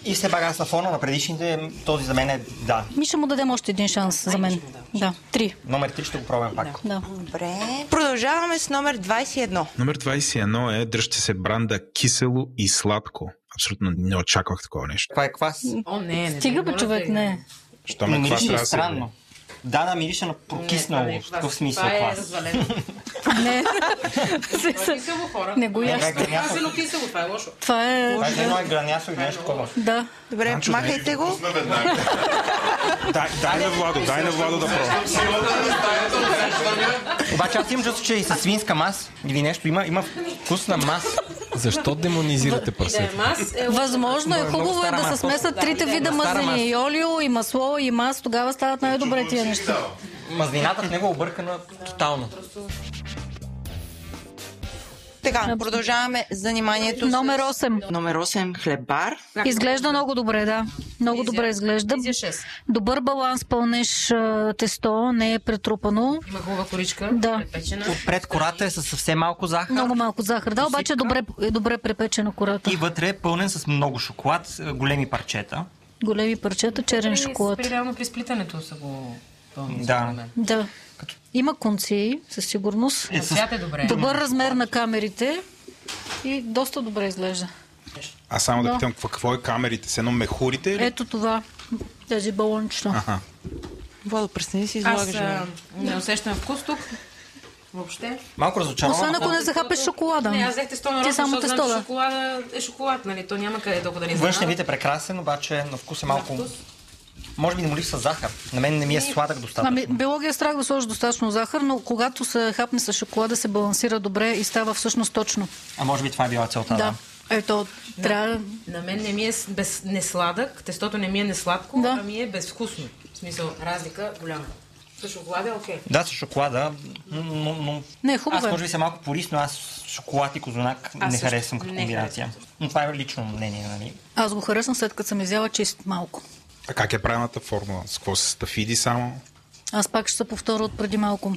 И все пак аз на фона на предишните, този за мен е да.
Ми ще му дадем още един шанс за мен. Да, три.
Номер 3 ще го пробвам пак.
Да.
Добре. Продължаваме с номер 21.
Номер 21 е Дръжте се бранда кисело и сладко. Абсолютно не очаквах такова нещо.
Това е квас.
О, не, не.
Стига бе, човек, не.
Що
е
Ме
ме това
мирише
е трябва
на
да се яде?
Ами, е
нали?
странно. Да, да, мирише на прокиснало. в такъв смисъл
това е
квас.
развалено.
Не.
Това е кисело хора.
Не го
Не,
яш.
не, гранясо.
Кисело, кисело, това е лошо.
Това е...
Това е едно е гранясо и нещо такова.
Да.
Добре, махайте го.
Пусна веднага.
Дай, дай на Владо, дай на Владо да пробва.
Обаче аз имам чувство, че и с свинска мас или нещо има, има вкус на мас.
Защо демонизирате
Да, е
прасета?
мас е лошо.
Възможно е,
много
хубаво е
стара
да се
маса.
смесат трите вида мазнини. И олио, и масло, и мас. Тогава стават най-добре тия неща.
Мазнината в него е объркана тотално.
Така, продължаваме заниманието
Номер
с...
8.
Номер 8. Хлебар.
Изглежда много добре, да. Много добре изглежда.
Изя 6.
Добър баланс пълнеш а, тесто, не е претрупано.
Има хубава коричка.
Да.
Препечена.
Отпред кората е със съвсем малко захар.
Много малко захар. Да, обаче е добре, е добре препечена кората.
И вътре е пълнен с много шоколад, е, големи парчета.
Големи парчета, черен шоколад.
При, реално при сплитането са го пълни.
Да.
според мен.
Да. Има конци, със сигурност.
На цвят е добре.
Добър размер на камерите и доста добре изглежда.
Аз само да
Да. Е.
питам, какво- какво е камерите? С едно мехурите или?
Ето това, тези балончета.
Аха.
Владо, престани да си
Аз
излагаш. нали?
а,
бе.
не усещам вкус тук. Въобще.
Малко разочарован.
Освен ако не захапеш шоколада.
Не, аз взехте 100
Ти
нарочно,
само
защото знам, че
тестола.
шоколада е шоколад, нали? То няма къде толкова да ни
Външния вид е прекрасен, обаче на вкус е малко...
вкус.
Може би не му липсва захар. На мен не ми е сладък достатъчно.
Ами, биология е страх да сложи достатъчно захар, но когато се хапне с шоколада, се балансира добре и става всъщност точно.
А може би това е била
Да.
целта, да.
Ето, трябва.
На мен не ми е с- без, не сладък, тестото не ми е не сладко,
Да.
а ми е безвкусно. В смисъл, разлика голяма. С шоколада е окей.
Да, с шоколада, но, но, но...
Не, хубаво
Аз
е.
може би съм малко порис, но аз шоколад и козунак не
също
харесвам като
не
комбинация. Но това е лично мнение, нали?
Аз го харесвам след като съм изяла чист малко.
А как е правилната формула? С какво се стафиди само?
Аз пак ще се повторя от преди малко.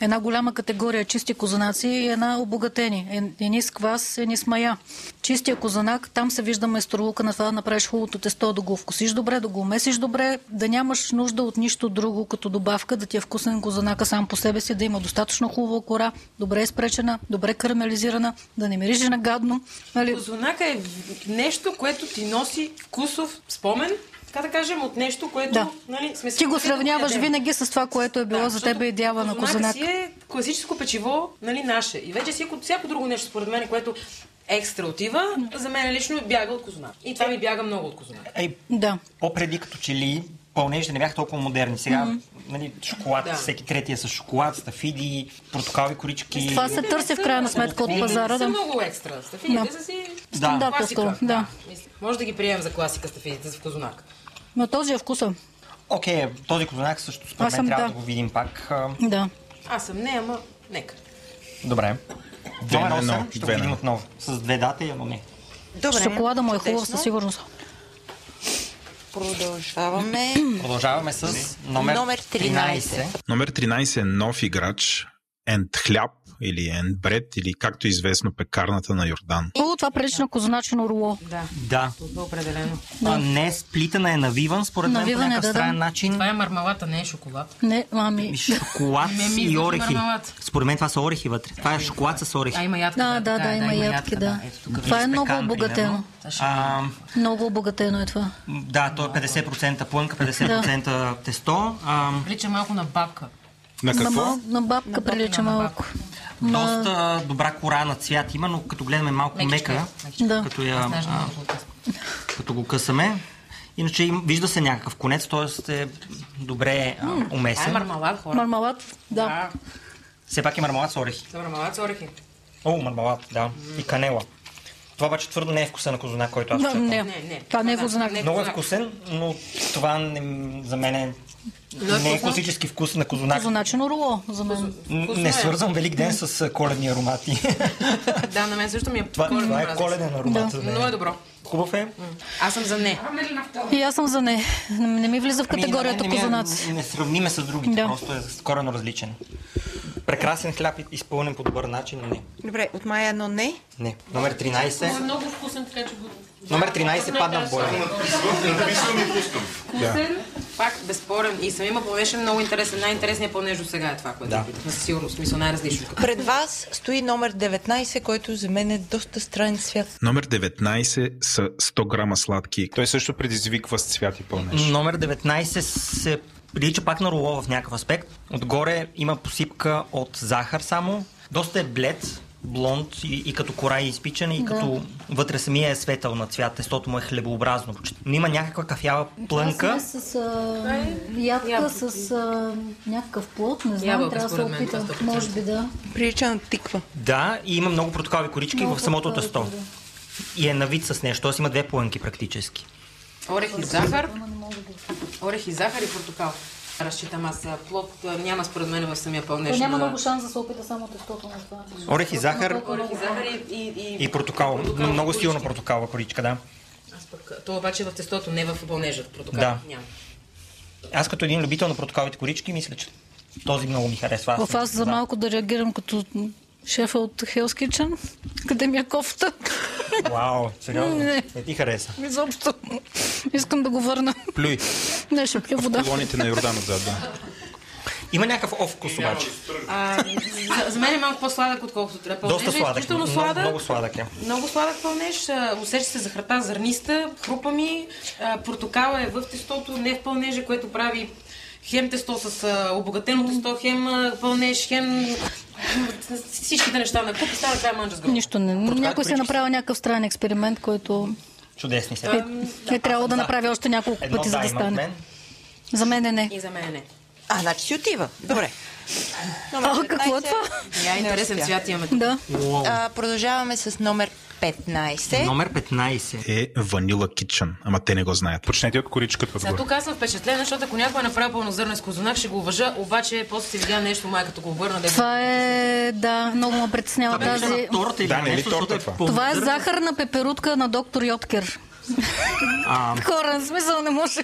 Една голяма категория чисти козунаци и една обогатени. Е- Едни с квас, едни с мая. Чистия козунак, там се вижда майсторлука на това да направиш хубавото тесто, да го вкусиш добре, да го умесиш добре, да нямаш нужда от нищо друго като добавка, да ти е вкусен козунака сам по себе си, да има достатъчно хубава кора, добре изпречена, добре карамелизирана, да не мириже на гадно. Нали?
Козунака е в- нещо, което ти носи вкусов спомен, така да кажем, от нещо, което...
Да.
Нали, сме
Ти го
свикнали да
сравняваш
ядем.
винаги с това, което е било за
защото
теб идеала на козунак.
козунакът си е класическо печиво, нали, наше. И вече всяко, всяко друго нещо, според мен, което екстра отива, за мен лично бяга от козунак. И това ми бяга много от козунак.
Ей,
Да.
по-преди като че ли пълнежите не бяха толкова модерни. Сега, нали, шоколад,
Да.
всеки третия с шоколад, стафиди, портокалови корички.
Това се търси в крайна сметка от пазара.
Са
Да.
много екстра. Стафидите са си
Да.
Да,
класика.
по-скоро, да.
Мисля, Може да ги приемем за класика стафидите в козунак.
Но този е вкуса.
Окей, този козунак също според
Аз
мен
съм
трябва да.
да.
го видим пак. А,
Да.
Аз съм не, ама нека.
Добре.
Две
Номер
на едно,
8 ще го
две на
видим
едно.
отново. С две дата и едно не.
Добре,
Шоколада му е хубав
чудесно.
със сигурност.
Продължаваме.
Продължаваме с номер,
Номер 13.
Номер 13 е нов играч, Енд Хляб или Енд Бред, или както е известно пекарната на Йордан.
О, това прилича на козуначено руо.
Да,
Да.
определено.
А, не сплитана е навиван, според мен по
Навиван е,
някакъв
да, да.
странен начин.
Това е мармалата, не е шоколад.
Не, ами.
Шоколад
Не ми
и
излиза
орехи.
мармелад.
Според мен това са орехи вътре. Това е шоколад с орехи.
А има ядка.
Да, да, да, има ядки, да.
Ето тук.
Това е
Изпекан,
много
примерно.
обогатено.
А,
Много обогатено е това.
да, то е 50% плънка, 50% тесто. А,
Прилича малко на бабка.
На
На,
какво?
мал- на бабка прилича
на
малко.
доста добра кора на цвят има, но като гледаме малко
Мекичка е.
мека,
Да.
като, я,
Знаеш, е.
а,
много тъсно.
като го късаме, иначе им, вижда се някакъв конец, т.е. е добре а,
Това е
умесен.
мармалад, хора.
Мармалад, да.
Да,
Все пак е мармалад с орехи.
за мармалад с орехи.
О, мармалад, да. И канела. Това обаче твърдо не е вкуса на козунак, който аз
Да,
очаквам.
не,
Не, не.
това не е
Да,
козунак.
не.
Много е вкусен, но това не, за мен е, не е класически вкус на козунак.
Козуначено руо за мен.
Н-
Вкусно е.
Не свързвам Велик ден с а, коледни аромати.
Да, на мен също ми е
това,
коледен
това е
мразец.
коледен аромат. за мен.
Много е добро.
Хубав е.
Аз съм за не.
И аз съм за не. Не ми влиза в
Ами,
категорията
на мен не ми е-
козунаци.
Не сравниме с другите,
Да.
просто е корено различен. Прекрасен хляб, и- изпълнен по добър начин, но не.
Добре, от май едно не.
Не. Номер 13.
е Много вкусен, така че го... е
Номер 13 падна в боя.
Написвам и пускам.
Вкусен, пак безспорен. И самия пълнеж е много интересен. Най-интересният пълнеж до сега е това, което
Да.
да. питахме. Със сигурност, в смисъл най-различно.
Пред вас стои номер 19, който за мен е доста странен цвят.
Номер 19 са 100 грама сладки.
Той също предизвиква с цвят и пълнеж.
Номер 19 се прилича пак на руло в някакъв аспект. Отгоре има посипка от захар само. Доста е блед, блонд и, и като кора е изпичен, и като вътре самия е светъл на цвят. Тестото му е хлебообразно. почти. Но има някаква кафява плънка.
Аз с а, ядка,
ябълки.
с а, някакъв плод, не знам,
Ябълка,
трябва да се
според мен, това
опитам.
100%.
Може би да.
Прилича на тиква.
Да, и има много протокалови корички
Много
в самото
протокалови,
тесто. И е навит с нещо, т.е. има две плънки практически.
Орех и захар. Орех и захар и портокал. Разчитам аз а, плод. а, Няма според мен в самия пълнеж.
Няма
на-
много шанс да се опита само тестото на това.
Орех и захар
Орех и захар и... и,
и протокал. Много
корички.
силна протокалва коричка, да.
Аз пък... а, То обаче е в тестото, не в пълнежа. В протокал
Да.
няма.
Аз като един любител на протокалите корички, мисля, че този много ми харесва.
В аз за
Да.
малко да реагирам като шефа от Hell's Kitchen, къде ми е кофта.
Вау, сериозно.
Не.
Не ти хареса.
Изобщо. Искам да го върна.
Плюй.
Не, ще пля вода.
Колоните на Йордан отзад, да.
Има някакъв овкус обаче.
А, за, за мен е малко по-сладък, отколкото трябва.
Доста
Пълнеж е
сладък.
Изключително
Много-
сладък.
Много сладък е.
Много сладък пълнеж, а, усеща се захарта зърниста, хрупа ми, а, портокала е в тестото, не в пълнежа, което прави хем тесто с а, обогатено тесто, хем а, пълнеж, хем всичките неща на куп и става край манджа с гроб.
Нищо не. Някой си е
количество.
направил някакъв странен експеримент, който
Чудесни се.
е, е трябвало да направи още няколко
Едно
пъти, за
да
да
има от мен.
стане. За мен е не.
И за мен не.
А, значи си отива. Добре. Номер
А, какво е
15.
това?
Я е интересен
успя.
цвят имаме.
Да.
А, продължаваме с номер
Е.
15.
Номер 15.
Е Ванила Кичън, ама те не го знаят.
Почнете от коричката
Сега
отгоре.
тук аз съм впечатлена, защото ако някой е направил пълнозърно с козунак, ще го уважа, обаче после си видя нещо, майката го обърна. да
Това е, да, много ме притеснява тази.
Торта или
Да, не ли
нещо,
торта
защото
това?
е.
пълно
Това е
дърво.
захарна пеперутка на доктор Йоткер.
А,
Хора, в смисъл не може.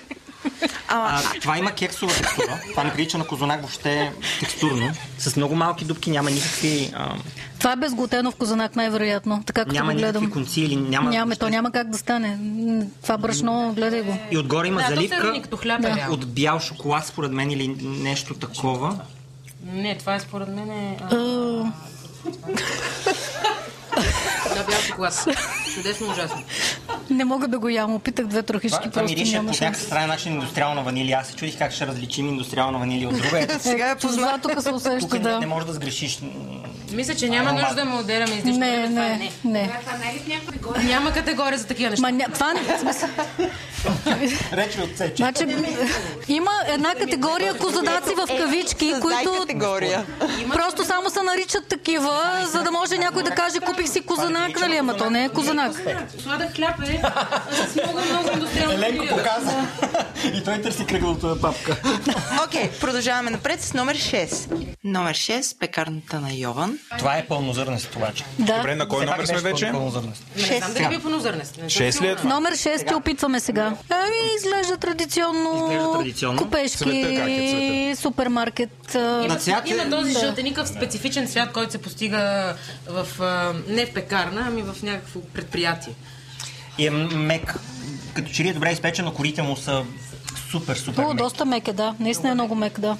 а, това има кексова текстура. Това не прилича на козунак въобще текстурно. С много малки дубки няма никакви... А,
Това е безглутенов козанак, най-вероятно. Така като
няма
го гледам.
никакви конци или няма...
Няма, то няма как да стане. М, Това брашно, гледай го.
И отгоре има
Да, то се
заливка
равни като хляб. е реално.
от бял шоколад, според мен, или нещо такова.
Не, това е според мен е... а, е-
А,
Да, бял шоколад. Чудесно, ужасно.
Не мога да го ям. Опитах две трохишки,
Това, е това
просто
мирише по
няма шанс.
някакъв странен начин индустриална ванилия. Аз се чудих как ще различим индустриална ванилия от друга. Ето,
Сега я
Ето, това тук се усеща,
тук не, не
да.
можеш да сгрешиш.
Мисля, че няма нужда да му отделяме излишно.
Не,
време, това е
не, не.
Няма категория за такива неща.
Ма, ня, това не, в смисъл,
Речи от сече.
значи, има една категория козадаци в кавички,
Дай
които
категория.
просто само се наричат такива, за да може някой да каже купих си козанак, нали? Ама то не е козанак.
Сладък хляб е с много, много индустриални
Еленко
калории.
показа. И той търси кръглата на папка.
Окей, продължаваме напред с номер 6. Номер 6, пекарната на Йован.
Това е пълнозърнест обаче.
Добре,
Да.
на кой
Все пак
номер сме
беше
вече?
Пълнозърнест.
Не знам дали ви е понозърнест. Не съм
Шест ли е
сигурна.
това?
Номер 6 те опитваме сега. Ами, изглежда традиционно.
Изглежда традиционно.
Цвета как е
Купешки,
цвета?
супермаркет. а,
Има,
На цвят е-
има този
Да.
жълтеникъв специфичен цвят, който се постига в, а, не в пекарна, ами в някакво предприятие.
И е мек. Като че ли е добре изпечен, но корите му са супер, супер
О,
мек.
доста мек е, да. Наистина е много мек, да.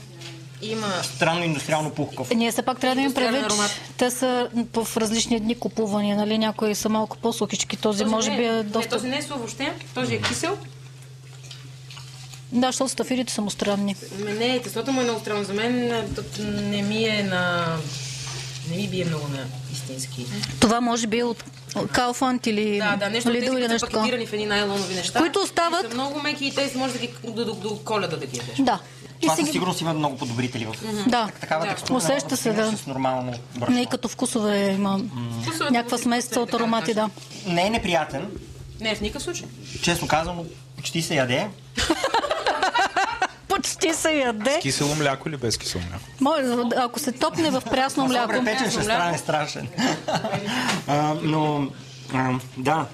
Има
Странно индустриално пухкав.
Ние все пак трябва да им
Индустриален
предвид,
аромат.
че те са в различни дни купувани, нали? Някои са малко по-сухички. Този може
не
би е
Не, този
доста...
не е сул въобще, този е кисел.
Да, защото стафирите са му странни.
Не, теслото му е много странно. За мен а, т- не ми е на... Не ми бие много на истински.
Това може би е от Калфанд или
Да, да, нещо
Lidl
Лидо,
или
от тези,
нещо
са
такова.
пакетирани в едни найлонови неща.
Които остават-
И Са много меки и те може да ги до, до, до коледа да ги ядеш.
Да. И
Това със
сега...
сигурност има много подобрители в
Да.
такава
Да.
текстура.
Усеща
може да
се,
пиеш
да.
С нормално брашно.
Не, и като вкусове има
Вкусовете
някаква
му-
смесица от
така да
аромати, да.
кажем.
Не е неприятен,
Не, в никакъв случай.
честно казано, почти се яде.
Почти се яде.
Кисело мляко или без кисело мляко?
Може, ако се топне в прясно мляко.
Добре, печен ще стане страшен. А, но, а, да.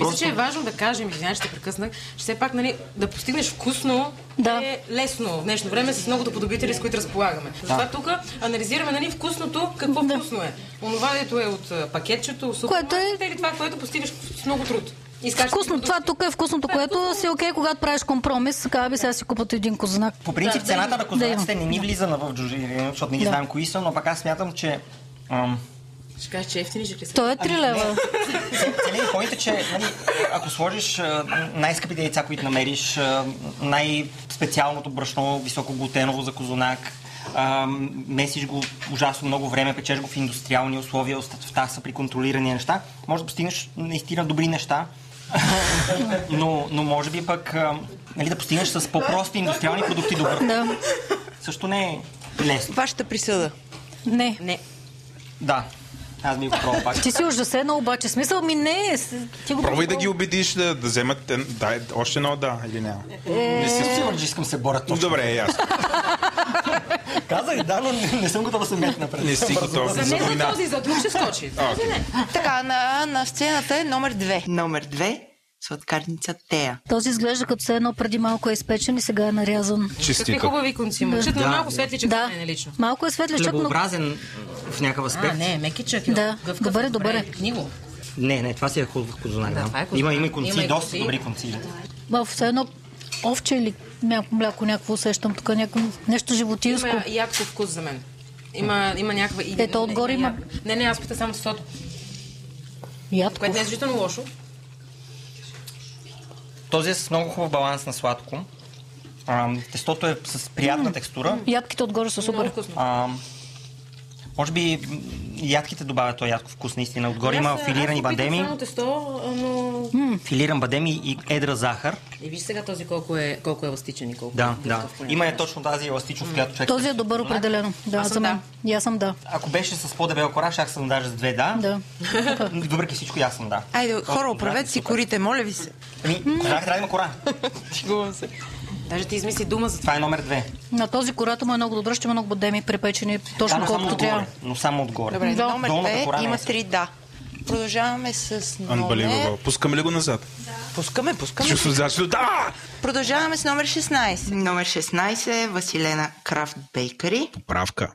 Мисля, че е важно да кажем, извинявай, ще те прекъснах, че все пак нали, да постигнеш вкусно
Да.
е лесно в днешно време с многото подобители, с които разполагаме. Затова тук анализираме нали, вкусното, какво вкусно е. Онова, дето е от а, пакетчето, супер,
Което е-
или това, което постигаш с много труд. И с качествени
Вкусно,
продукти.
това тук е вкусното, което си е окей, когато правиш компромис. Казва би, сега си купат един кознак.
По принцип, цената на козунаците
да
не ни влиза на в чужи, защото не ги
Да.
знаем кои са, но пък аз смятам, че ам,
Ще кажеш, че ефтини, ще ти
Той е 3 лева.
Цели поинта, че нали, ако сложиш а, най-скъпите яйца, които намериш, а, най-специалното брашно, високоглутеново за козунак, а, месиш го ужасно много време, печеш го в индустриални условия, остатъвта са при контролирани неща, може да постигнеш наистина добри неща, но, но може би пък а, нали, да постигнеш с по-прости индустриални продукти добър.
Да.
Също не е лесно.
Вашата присъда.
Не.
Не.
Да, аз ми го пробвам пак.
Ти си ужасена, обаче. Смисъл ми не е. с- Ти го
Пробвай да ги убедиш да, да вземат ен- да, още едно да или не.
Не съм сигурен, че искам се боря точно.
Добре, е ясно.
Казах да, но не, не съм готова да се мятна напред.
Не си готов
За
за
не за
война.
този, за друг ще скочи. Този не.
Така, на, на сцената е номер 2. Номер 2, сладкарница Тея.
Този изглежда като се едно преди малко е изпечен и сега е нарязан.
Какви
Честито.
хубави конци има. Чето малко светличък
Да,
не е лично.
малко е светличък, но
Лъгообразен в някакъв
А,
аспект.
не, мекичък. е.
Да,
Гъвкав,
добър е, добър е.
Пипни го.
Не, не, това си е хубав козунак.
Да,
Да,
това е
има,
козунак.
има и
Има
конци,
и
доста
конци.
добри конци.
Ба, все едно овче или някакво мляко, някакво усещам тук, някакво, нещо животинско.
Има ядко вкус за мен. Има, има някаква... и-
Ето, отгоре
не,
има-
Не, не, не, аз питам само честото,
Ядко.
което не е задължително лошо.
Този е с много хубав баланс на сладко. А, тестото е с приятна текстура.
Ядките отгоре са
Много
супер.
е вкусно.
А, може би м, ядките добавят този ядков вкус, наистина. Отгоре има
Аз, а,
филирани
аз опитах
бадеми,
Само тесто, а, но...
филиран бадеми и едра захар.
И виж сега този колко е, колко е еластичен и колко
Да,
е
да.
гъвкав понякога.
Има е точно тази еластичност, която човек...
Този е добър определено. Да,
Аз съм
за мен. И аз съм да.
Ако беше с по-дебел кораж, аз съм даже с две да.
Да.
Въпреки всичко, и аз съм да.
Айде,
Просто
хора,
козунак е
оправете си
супер.
корите, моля ви се.
Ами, козунак трябва да има кора.
Шегувам се.
Даже ти измисли дума за това.
Това е номер две.
На този кората му е много добър, ще има много бадеми, препечени, точно
да, но само
колкото
отгоре.
трябва.
Но само отгоре.
Добре,
Да.
номер
Долната
2
кора
има
не е.
три да. Продължаваме с номер...
Unbelievable. Пускаме ли го назад?
Пускаме, пускаме.
Чувствам зачето. Да!
Продължаваме с номер 16. Номер 16 е Василена Крафт Бейкари.
Поправка.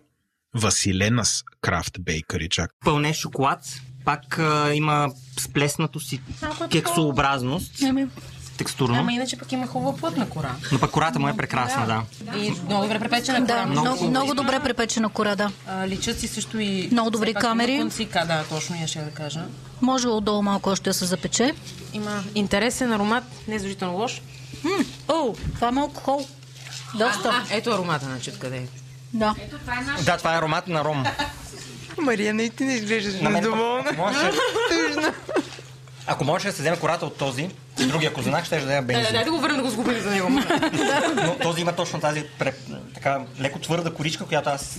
Василена с Крафт Бейкъри, чак.
пълне шоколад. Пак а, има сплеснато си кексообразност,
Ами,
текстурно.
Ама иначе пък има хубава плътна кора.
Но пък кората му е прекрасна, да.
И много добре препечена
да,
кора.
много, много добре препечена кора, да.
А, личат си също и...
Много добри
все пак
камери.
има Конци, ка, да, точно я ще да кажа.
Може отдолу малко още да се запече.
Има интересен аромат, не е задължително лош.
О, това е малко хол.
А,
Доста.
ето аромата, значи, откъде е.
Да.
Да, това е аромат на ром.
Мария, наистина изглеждаш
На мен пък,
недоволна.
ако можеше- Ако можеше да се вземе кората от този, и другия козунак ще да е
Да, да,
бензин.
дай да го върна да го сгубим за него.
Но този има точно тази пре- така леко твърда коричка, която аз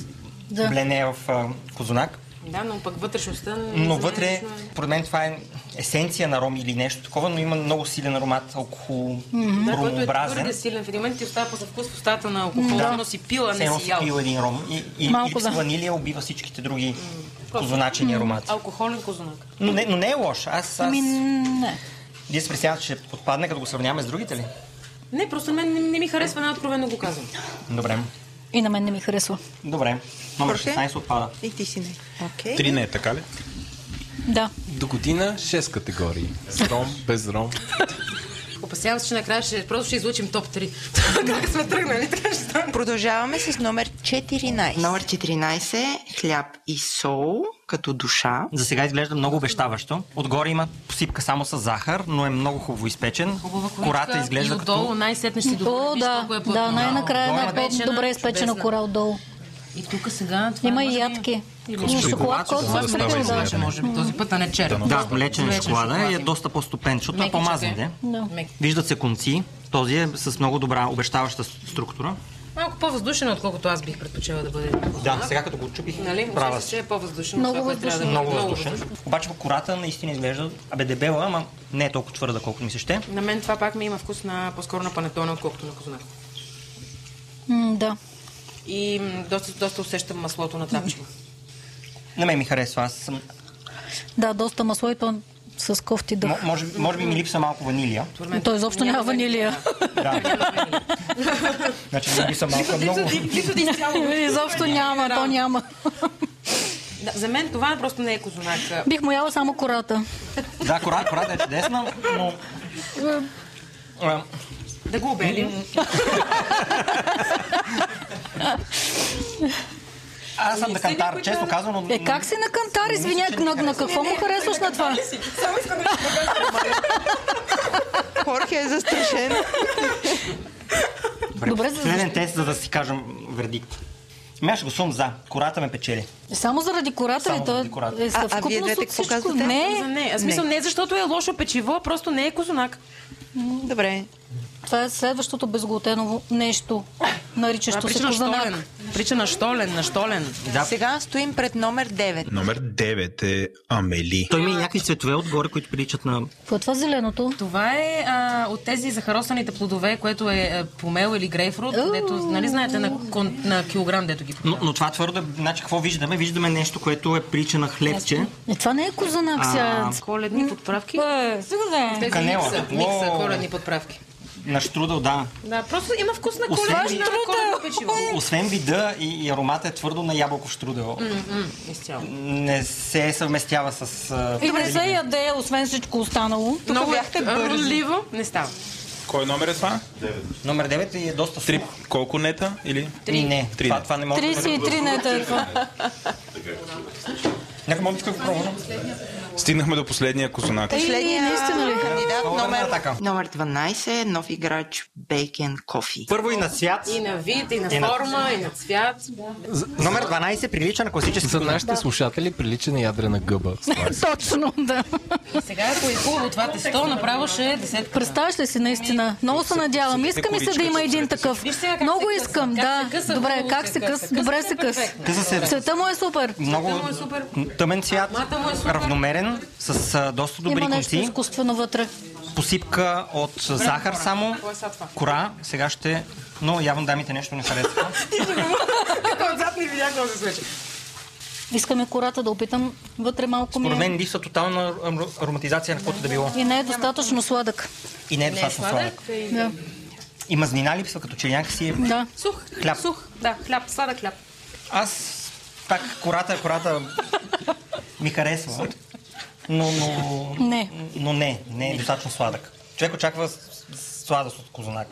Да.
бленея в а, козунак.
да, но пък вътрешността... не
Но
знам,
вътре,
не знам.
поред мен това е есенция на ром или нещо такова, но има много силен аромат, алкохол,
Да, който е твърде
ромообразен.
силен. В един момент ти остава по съвкус в устата на алкохол, да. но си пила,
Все едно
не
си
си ял.
пил един ром и, и,
Малко,
и
да.
ванилия убива всичките други козуначени аромати.
Алкохолен козунак.
Но не, но не е лош. Аз, аз...
Ами, не.
Вие се притеснявате, че ще отпадне, като го сравняваме с другите ли?
Не, просто мен не, не ми харесва, най-откровено го казвам.
Добре.
И на мен не ми харесва.
Добре. Номер
Окей.
16 отпада.
И ти си не. Окей.
Три не е така ли?
Да.
До година 6 категории. С ром, без ром.
Опасявам се, че накрая ще, просто ще излучим топ 3. как сме тръгнали, така ще стане.
Продължаваме с номер 14. Номер 14 е хляб и сол като душа.
За сега изглежда много обещаващо. Отгоре има посипка само с захар, но е много хубаво изпечен. Кората изглежда
и
като...
отдолу най-сетне ще добавиш
О, да.
колко е плътно.
Да, най-накрая
Долу
една
е
по-добре изпечена кора отдолу.
И тук сега... това е
Има
може
и
би-
ядки.
Или
И
шоколад.
шоколад, който
Това
съм
е
сметил,
млечен
да.
шоколад, може би този път, а не черен.
Да, млечен е шоколада и е
има.
доста по-стопен, защото е
Мекичък
по-мазен. де.
Да.
Мек.
Виждат се конци. Този е с много добра обещаваща с- структура.
Малко по-въздушен, отколкото аз бих предпочела да бъде.
Да, сега като го чупих,
Нали?
права
Усеща се,
си.
че е по-въздушен. от
Много
това, което трябва да бъде.
Много въздушен. Обаче кората наистина изглежда абе дебела, ама не е толкова твърда, колкото ми се ще.
На мен това пак ми има вкус на по-скоро на панетона, отколкото на кознак.
М, да.
И м, доста, доста усещам маслото на трапчево.
На мен ми харесва. Аз съм...
Да, доста масло и то с кофти
М-
дъх.
може, би- може би ми липса малко ванилия.
То изобщо няма ванилия.
Да. значи ми липса малко много.
Липсват изцяло. е.
Изобщо няма, то няма.
Да, За мен това просто не е кознак.
Бих му яла само кората.
да, кората, кората е чудесна, но... А,
Да го обелим.
Аз съм на кантар, често казвам, но...
Е, как си на кантар, извиня, на, на какво му харесваш на това?
Хорхе е застрашен.
Добре, за-
Следен тест, за да си кажем вердикт. Ами аз ще гласувам за. Кората ме печели.
Е, Само заради кората ли?
Само
То
заради кората.
е
А- а вие
съвкупност
двете
от
какво
всичко.
казвате?
Не,
Не,
не. В смисъл не защото е лошо печиво, просто не е кознак.
Добре.
това е следващото безглутеново нещо,
Това
наричащо се
прича на
козанак.
Е, штолен. Прича на штолен, на штолен.
Сега стоим пред номер 9.
Номер 9 е Амели.
Той има и някакви цветове отгоре, които приличат на...
Какво е това зеленото?
Това е а, от тези захаросаните плодове, което е а, помел или грейпфрут, където, нали знаете, на, кон, на килограм, дето ги
Но,
продават.
но това твърдо е... Значи какво виждаме? Виждаме нещо, което е прилича на хлебче.
Е, това не е козанак сега.
Коледни подправки.
Е, сега да е.
Тези
Канела.
Микса, микса
Уау.
коледни подправки.
на штрудъл, да.
Да, просто има вкус на
Освен
коледно,
ви-
на коледно печиво.
Освен вида и, и аромата е твърдо на ябълков штрудъл.
Изцяло.
Не се съвместява с... а,
И не се яде, освен всичко останало.
Тук
е,
бяхте бързи.
Ролива не става.
Кой номер е това?
Номер 9 е доста
Три.
сух.
Колко нета? Или?
Не,
Три
това,
не.
това не може да бъде.
33 не е търфа.
Някой може да иска да го пробвам.
Стигнахме до последния козунак.
Последния
наистина ли?
кандидат
Много
номер,
добра атака.
номер 12 нов играч Bacon Coffee.
Първо и на цвят.
И на вид, и на
на-
форма, и на цвят.
Номер 12 прилича на класически
За нашите слушатели прилича на ядрена гъба.
Точно, да.
Сега, ако е хубаво това тесто, направаше десетка.
Представяш ли си
Ами,
наистина? Много се надявам. Иска ми се да има един такъв.
Виж сега как
Много
се къса.
искам,
Как
да.
се къса,
Добре,
хубаво
как
се
се къс?
къса.
Добре
Късата
се
е
къс.
перфектна.
Къса се
Цвета му е супер.
много
му е супер.
тъмен цвят,
Мата му е супер.
равномерен, с а, доста добри
Има нещо
конци,
изкуствено вътре.
посипка от захар само,
Кой е сега това?
кора, сега ще... Но явно дамите нещо не харесва.
е? Отзад не видях какво се случи.
Искаме кората да опитам. Вътре малко ми
Според
е.
мен липсва тотална аром- ароматизация на каквото да било.
И не е достатъчно сладък.
И не е достатъчно сладък.
Да.
И мазнина липсва, като че някакси е...
да.
Сух,
Хляб.
сух, да, хляб, сладък хляб.
Аз пак кората, кората ми харесва. Но, но...
Не.
Но не, не е достатъчно сладък. Човек очаква с- с- сладост от козунак.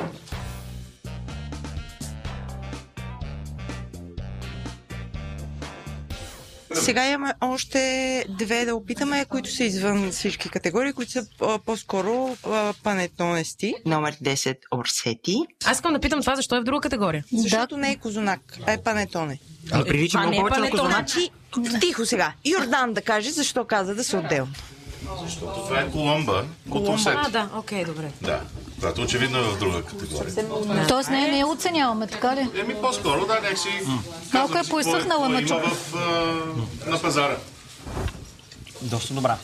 Сега имаме още две да опитаме, които са извън всички категории, които са а, по-скоро а, панетонести. Номер 10 Орсети.
Аз искам да питам това, защо е в друга категория.
Защото не е козунак, а е панетоне.
Ами прилича
Това не
много
е
повече на
панетоне.
козунак.
Значи, тихо сега. Йордан да каже защо каза да се отдел.
Защото това е Коломба.
А,
Коломба.
да, окей, добре.
Да. Зато очевидно е в друга категория.
Тоест не, не я оценяваме, така ли?
Еми по-скоро, да, някакси... казвам
Малко е
си какво
поизсъхнала
какво
мъчка.
Има в, а, на пазара.
Доста добра.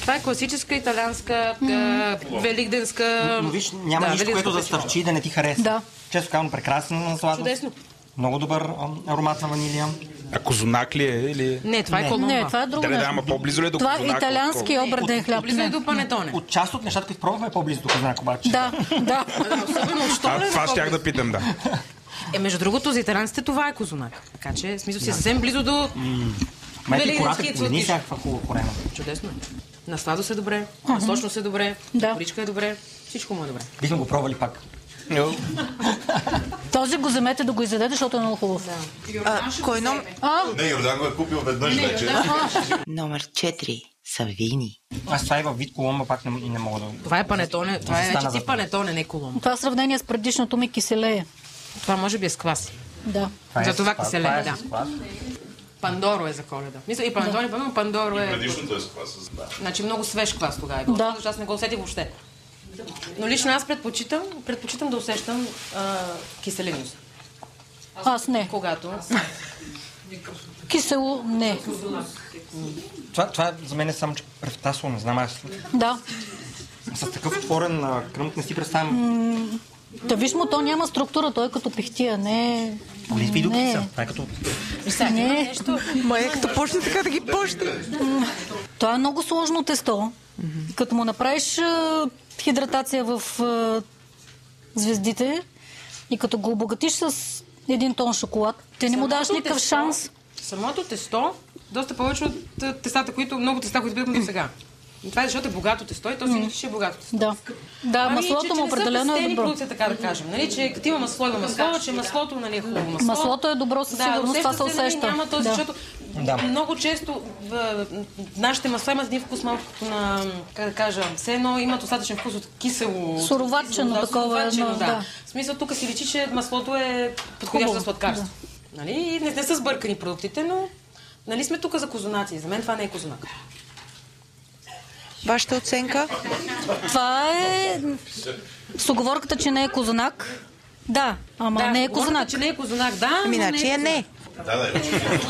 Това е класическа италианска, а, великденска...
Но виж, няма
да,
нищо,
великденска
което да
печива.
стърчи и да не ти хареса.
Да.
Често казвам, прекрасна сладост.
Чудесно.
Много добър ам, аромат на ванилия.
А козунак ли е? Или...
Не, това е колумба.
Не, това е
Да,
друго
не, да, ама
нещо.
по-близо ли е до
Това е
козунак,
италиански обреден хляб.
Близо е
Не.
до панетоне.
От част от нещата, които пробвахме е по-близо до козунак обаче.
Да, да.
Особено от
А,
Штолен.
това щях да питам, да.
Е, между другото, за италианците това е козунак. Така че, в смисъл си е съвсем близо до...
Майка ти
Великденски
кората
е
помени
цветиш.
всякаква хубава корема.
Чудесно е. На сладост е добре, на сочност е добре,
Да.
на коричка е добре, всичко му е добре.
Бихме го пробвали пак.
Този го вземете да го изядете, защото е много хубав.
А, кой е номер?
Не, Йордан го е купил веднъж вече.
Номер 4 Савини.
Аз това и във вид коломба пак не, не мога да...
Това е панетоне, това е
Застана
вече
зад
си панетоне, не колумба.
Това в сравнение с предишното ми киселее.
Това може би е с квас.
Да.
Това е
За
с
това
квас,
киселе,
това е
да.
с квас.
Пандоро е за коледа. Мисля, и панетоне, да. пандоро е...
Предишното е с това с да.
Значи много свеж квас тогава е. бил,
Да.
Защото аз не го усетих въобще. Но лично аз предпочитам, предпочитам да усещам а, киселинност.
Аз не.
Когато
Кисело не.
Това, това за мен е само, че превтасло, не знам аз.
Да.
С такъв отворен а, кръмт не си представям.
Та виж му, то няма структура, той е като пехтия, не е...
Олив и
не е.
допица. Това е като...
Не,
Ма е като почне така да ги почне.
това е много сложно тесто. Като му направиш а, хидратация в а, звездите и като го обогатиш с един тон шоколад, ти не му даваш
Самото
никакъв
тесто-
шанс.
Самото тесто, доста повече от а, тестата, които, много теста, които бяхме до сега. И Това е защото е богато тесто и то си личи, че е богато тесто.
Да. Да,
Ами, че-
маслото
че
му
не са
определено е
тестени
добро.
Продукция, така да кажем. Нали, че като има масло, има масло, че маслото нали, е хубаво масло.
Маслото е добро със сигурност, това се усеща.
Нали, няма този,
Да.
защото
Да.
много често в, нашите масла имат един вкус малко като на, как да кажа, все едно имат остатъчен вкус от кисело. от
Суроватчено
кисело, да,
такова,
суроватчено,
едно,
да.
да.
В смисъл тук си личи, че маслото е подходящо
Хубаво,
за сладкарство. Нали? И не, не са сбъркани продуктите, но нали сме тук за козунаци. За мен това не е козунак.
Вашата оценка?
Това е с оговорката, че не е козунак. Да, ама
да,
не е
говорите,
козунак.
че не е козунак, да. но
Ами,
не
Иначе е не.
Да, да, е очевидно.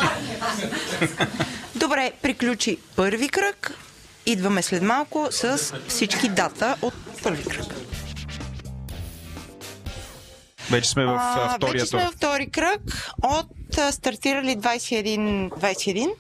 Добре, приключи първи кръг. Идваме след малко с всички дата от първи кръг.
Вече сме в а,
А, вече
втория тур.
сме във втори кръг от а, стартирали 21, 21,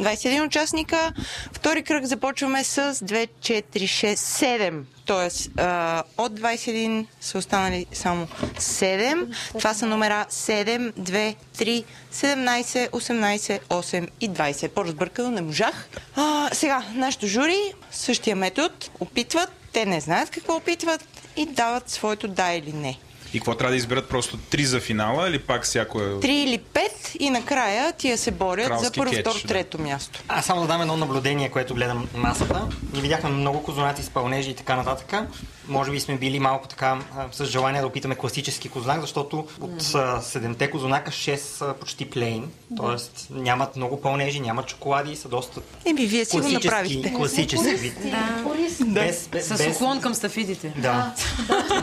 21 участника. Втори кръг започваме с 2, 4, 6, 7 Тоест, а, от 21 са останали само 7. Това са номера 7, 2, 3, 17, 18, 8 и 20. По-разбъркано не можах. А, сега, нашето жури, същия метод, опитват, те не знаят какво опитват и дават своето да или не.
И какво трябва да изберат просто три за финала или пак всяко е...
Три или пет и накрая тия се борят за
Кралски
първо,
кетч,
второ,
да.
трето място.
Аз само да дам едно наблюдение, което гледам масата. Ние видяхме много козунаци с пълнежи и така нататък. Може би сме били малко така а, с желание да опитаме класически козунак, защото от а, седемте козунака 6 са почти плейн. Тоест нямат много пълнежи, нямат чоколади, са доста
Еми, Е, вие си го направихте.
класически, класически вид. Без, без,
С
без-
уклон към стафидите.
Да.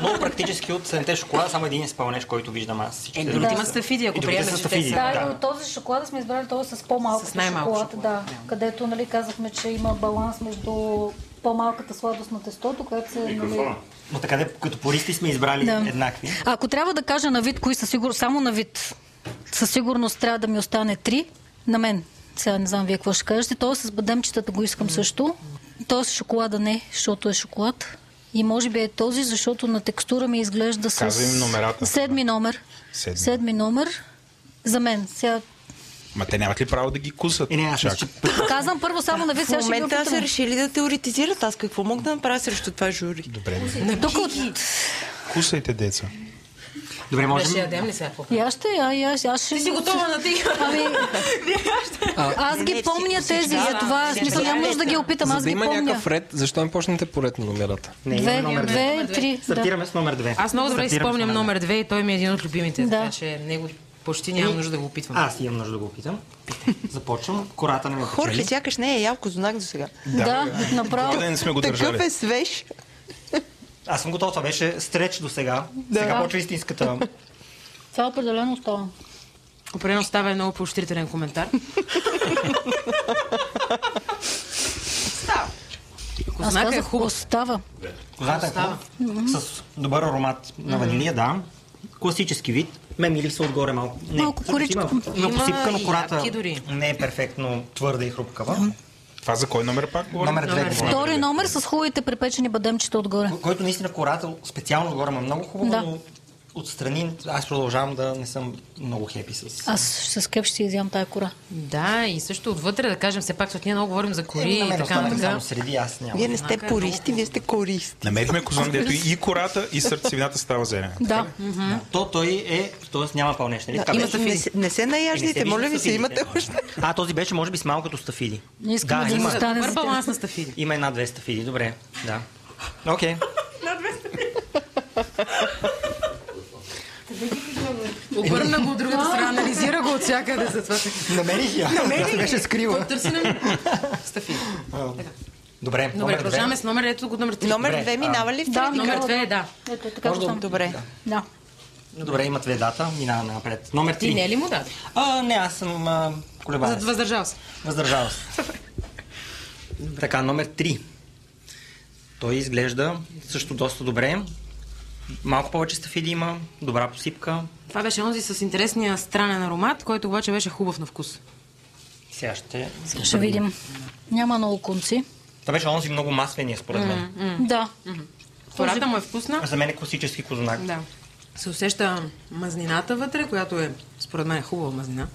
Но практически от седемте шоколада само един е с пълнеж, който виждам аз. Всички
Е,
други
другите
са-
има стафиди, ако
и другите
приемеш,
са
че те
стафиди,
са-
Да, и от този шоколад сме избрали този с по-малко
С най-малко
шоколад,
шоколад,
да, където нали, казахме, че има баланс между по-малката сладост на тестото, която се... Нали,
Но така, де, като пористи сме избрали
Да.
еднакви.
Ако трябва да кажа на вид, кои със сигурност, само на вид, със сигурност трябва да ми остане три. На мен. Сега не знам вие какво ще кажете. То с бадемчетата го искам също. То с шоколада не, защото е шоколад. И може би е този, защото на текстура ми изглежда с...
Казвай им номерата.
Седми номер.
Седми.
Седми номер. За мен. Сега
Ма те нямат ли право да ги кусат?
И не, Е, аз
Чак.
мисля, че
казвам първо само на вид,
В
сега ще ви
момента са
опитам.
решили да теоретизират. Аз какво мога да направя срещу това жури?
Добре, бе.
Тук от...
кусайте деца.
Добре,
Бе, Ще
можем.
ядем ли сега? какво?
И аз ще, а, и аз, аз ще...
Ти Ами, си готова на ти.
Ами, аз ги помня тези, за това, в смисъл, няма нужда да ги опитам,
За
аз
да
ги
има
помня.
някакъв ред, защо не почнете поред на номерата?
Не,
Две,
имаме номер две.
две, три. да.
Стартираме с номер две.
Аз много добре си
Стартираме с
спомням
две.
номер 2 и той ми е един от любимите,
Да.
така че него почти нямам нужда да го опитвам.
Аз имам нужда да го опитам. Започвам. Кората не ме
Хорхе,
печели.
сякаш не е ял знак до сега.
Да,
Кой
направо.
ден сме го държали?
Такъв е свеж.
Аз съм готов. Това беше стреч до сега. Сега почва истинската.
Това определено остава.
Определено става много поощрителен коментар.
Аз
Козунак е
казах,
хубав.
остава.
Козата е
Остава.
хубава, с добър аромат на ванилия, да. Класически вид. Мен ми липсва отгоре малко. Не,
Малко
всъщност има-
коричко.
Има
Има
посипка,
и
но кората
ябки дори.
не е перфектно твърда и хрупкава.
Това за кой номер пак говорим?
Номер две.
Номер
говоря.
Втори номер с хубавите препечени бадемчета отгоре.
който наистина кората, специално отгоре ме много хубаво,
Да.
но отстрани аз продължавам да не съм много хепи с...
Аз с кеп ще си изям тая кора.
Да, и също отвътре да кажем, все пак, защото ние много говорим за кори
Е, на
и
мен
така
останаха само
нататък.
среди, аз нямам.
Вие не сте пористи, вие сте користи.
Намерихме козон, дето и кората, и сърцевината става зелена.
Да.
Да. То той е, т.е. няма пълнеш, нали? Така
Не,
беше.
се- не, се- не се наяждайте,
вижда
моля ви се,
стафидите.
имате още.
А, този беше, може би, с малкото стафиди.
Не искам да,
да,
да
има,
остане
Добър
за
баланс на стафиди.
има една-две стафиди, добре. Да. Окей.
Обърна го от другата страна, анализира го от всякъде за това.
Намерих я. Намерих. беше скрила.
Търси на стафиди.
Добре,
Добре,
номер две.
продължаваме с номер, ето го номер 3.
Номер
Добре,
две
а-
минава ли в
Да,
трети?
Номер 2 е да.
Ето, така
Може да-
го там.
Добре.
Да.
Добре, имат две дата, минаваме напред. Номер три.
Ти не е ли му даде?
А, не, аз съм а, колебая.
Зад- Въздържал се.
Въздържава се. така, номер 3. Той изглежда също доста добре. Малко повече стафиди има, добра посипка.
Това беше онзи с интересния странен аромат, който обаче беше хубав на вкус.
Сега ще...
Ще видим. Няма много конци.
Това беше онзи много масления, според мен.
Да.
Кората му е вкусна.
За мен е класически козунак.
Да. Се усеща мазнината вътре, която е, според мен, е хубава мазнина.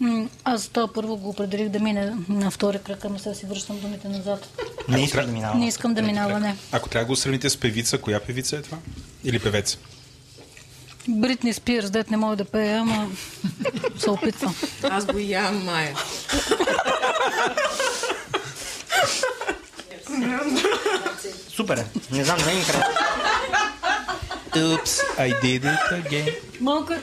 М, Аз това първо го определих да мине на втори кръг, ама сега си връщам думите назад.
Не искам да минавам.
Не искам да минава, не.
Ако трябва да го сравните с певица, коя певица е това? Или певец?
Бритни Спирс, дет не мога да пея, ама се опитвам.
Аз го ям, Майя.
Супер е. Не знам, не ми харесва.
Oops, I did it again.
Малко е.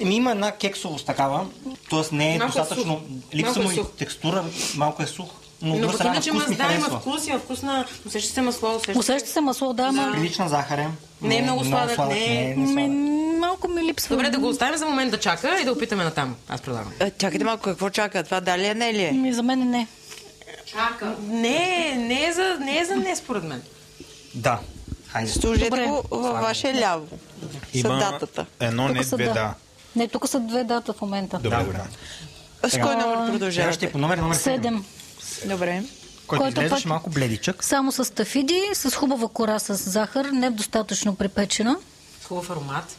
Еми, има една кексовост такава, т.е. не е
Малко е
достатъчно...
сух.
Липса
Малко
му
е
и
сух.
текстура, малко е сух. Но,
Но
от друга
пък
страна на
иначе
вкус ми
мазна има
харесва.
вкус, има вкус на... Усеща се масло, усеща се...
Усеща се масло, да, ама
Прилична захар е.
Не е много сладък, не е-
не е сладък.
ми, малко ми липсва.
Добре, да го оставим за момент да чака и да опитаме натам. Аз предлагам.
А, Е, Чакайте малко, какво чака? Това дали е не ли е?
Ми, Ами за мен не.
Чака. Не, не е за не, е за не според мен.
Да. Хайде.
Служете
Добре.
го във ваше ляво. С
Има
датата.
едно,
Тук
не
са
две,
да.
да.
Не, тук са две дата в момента.
Добре, добре.
С кой номер
Следващия
продължавате?
по номер номер 7.
Седем.
Добре.
който,
който
изглеждаш
пък-
малко бледичък.
Само с тафиди, с хубава кора с захар, не достатъчно препечена.
Хубав аромат.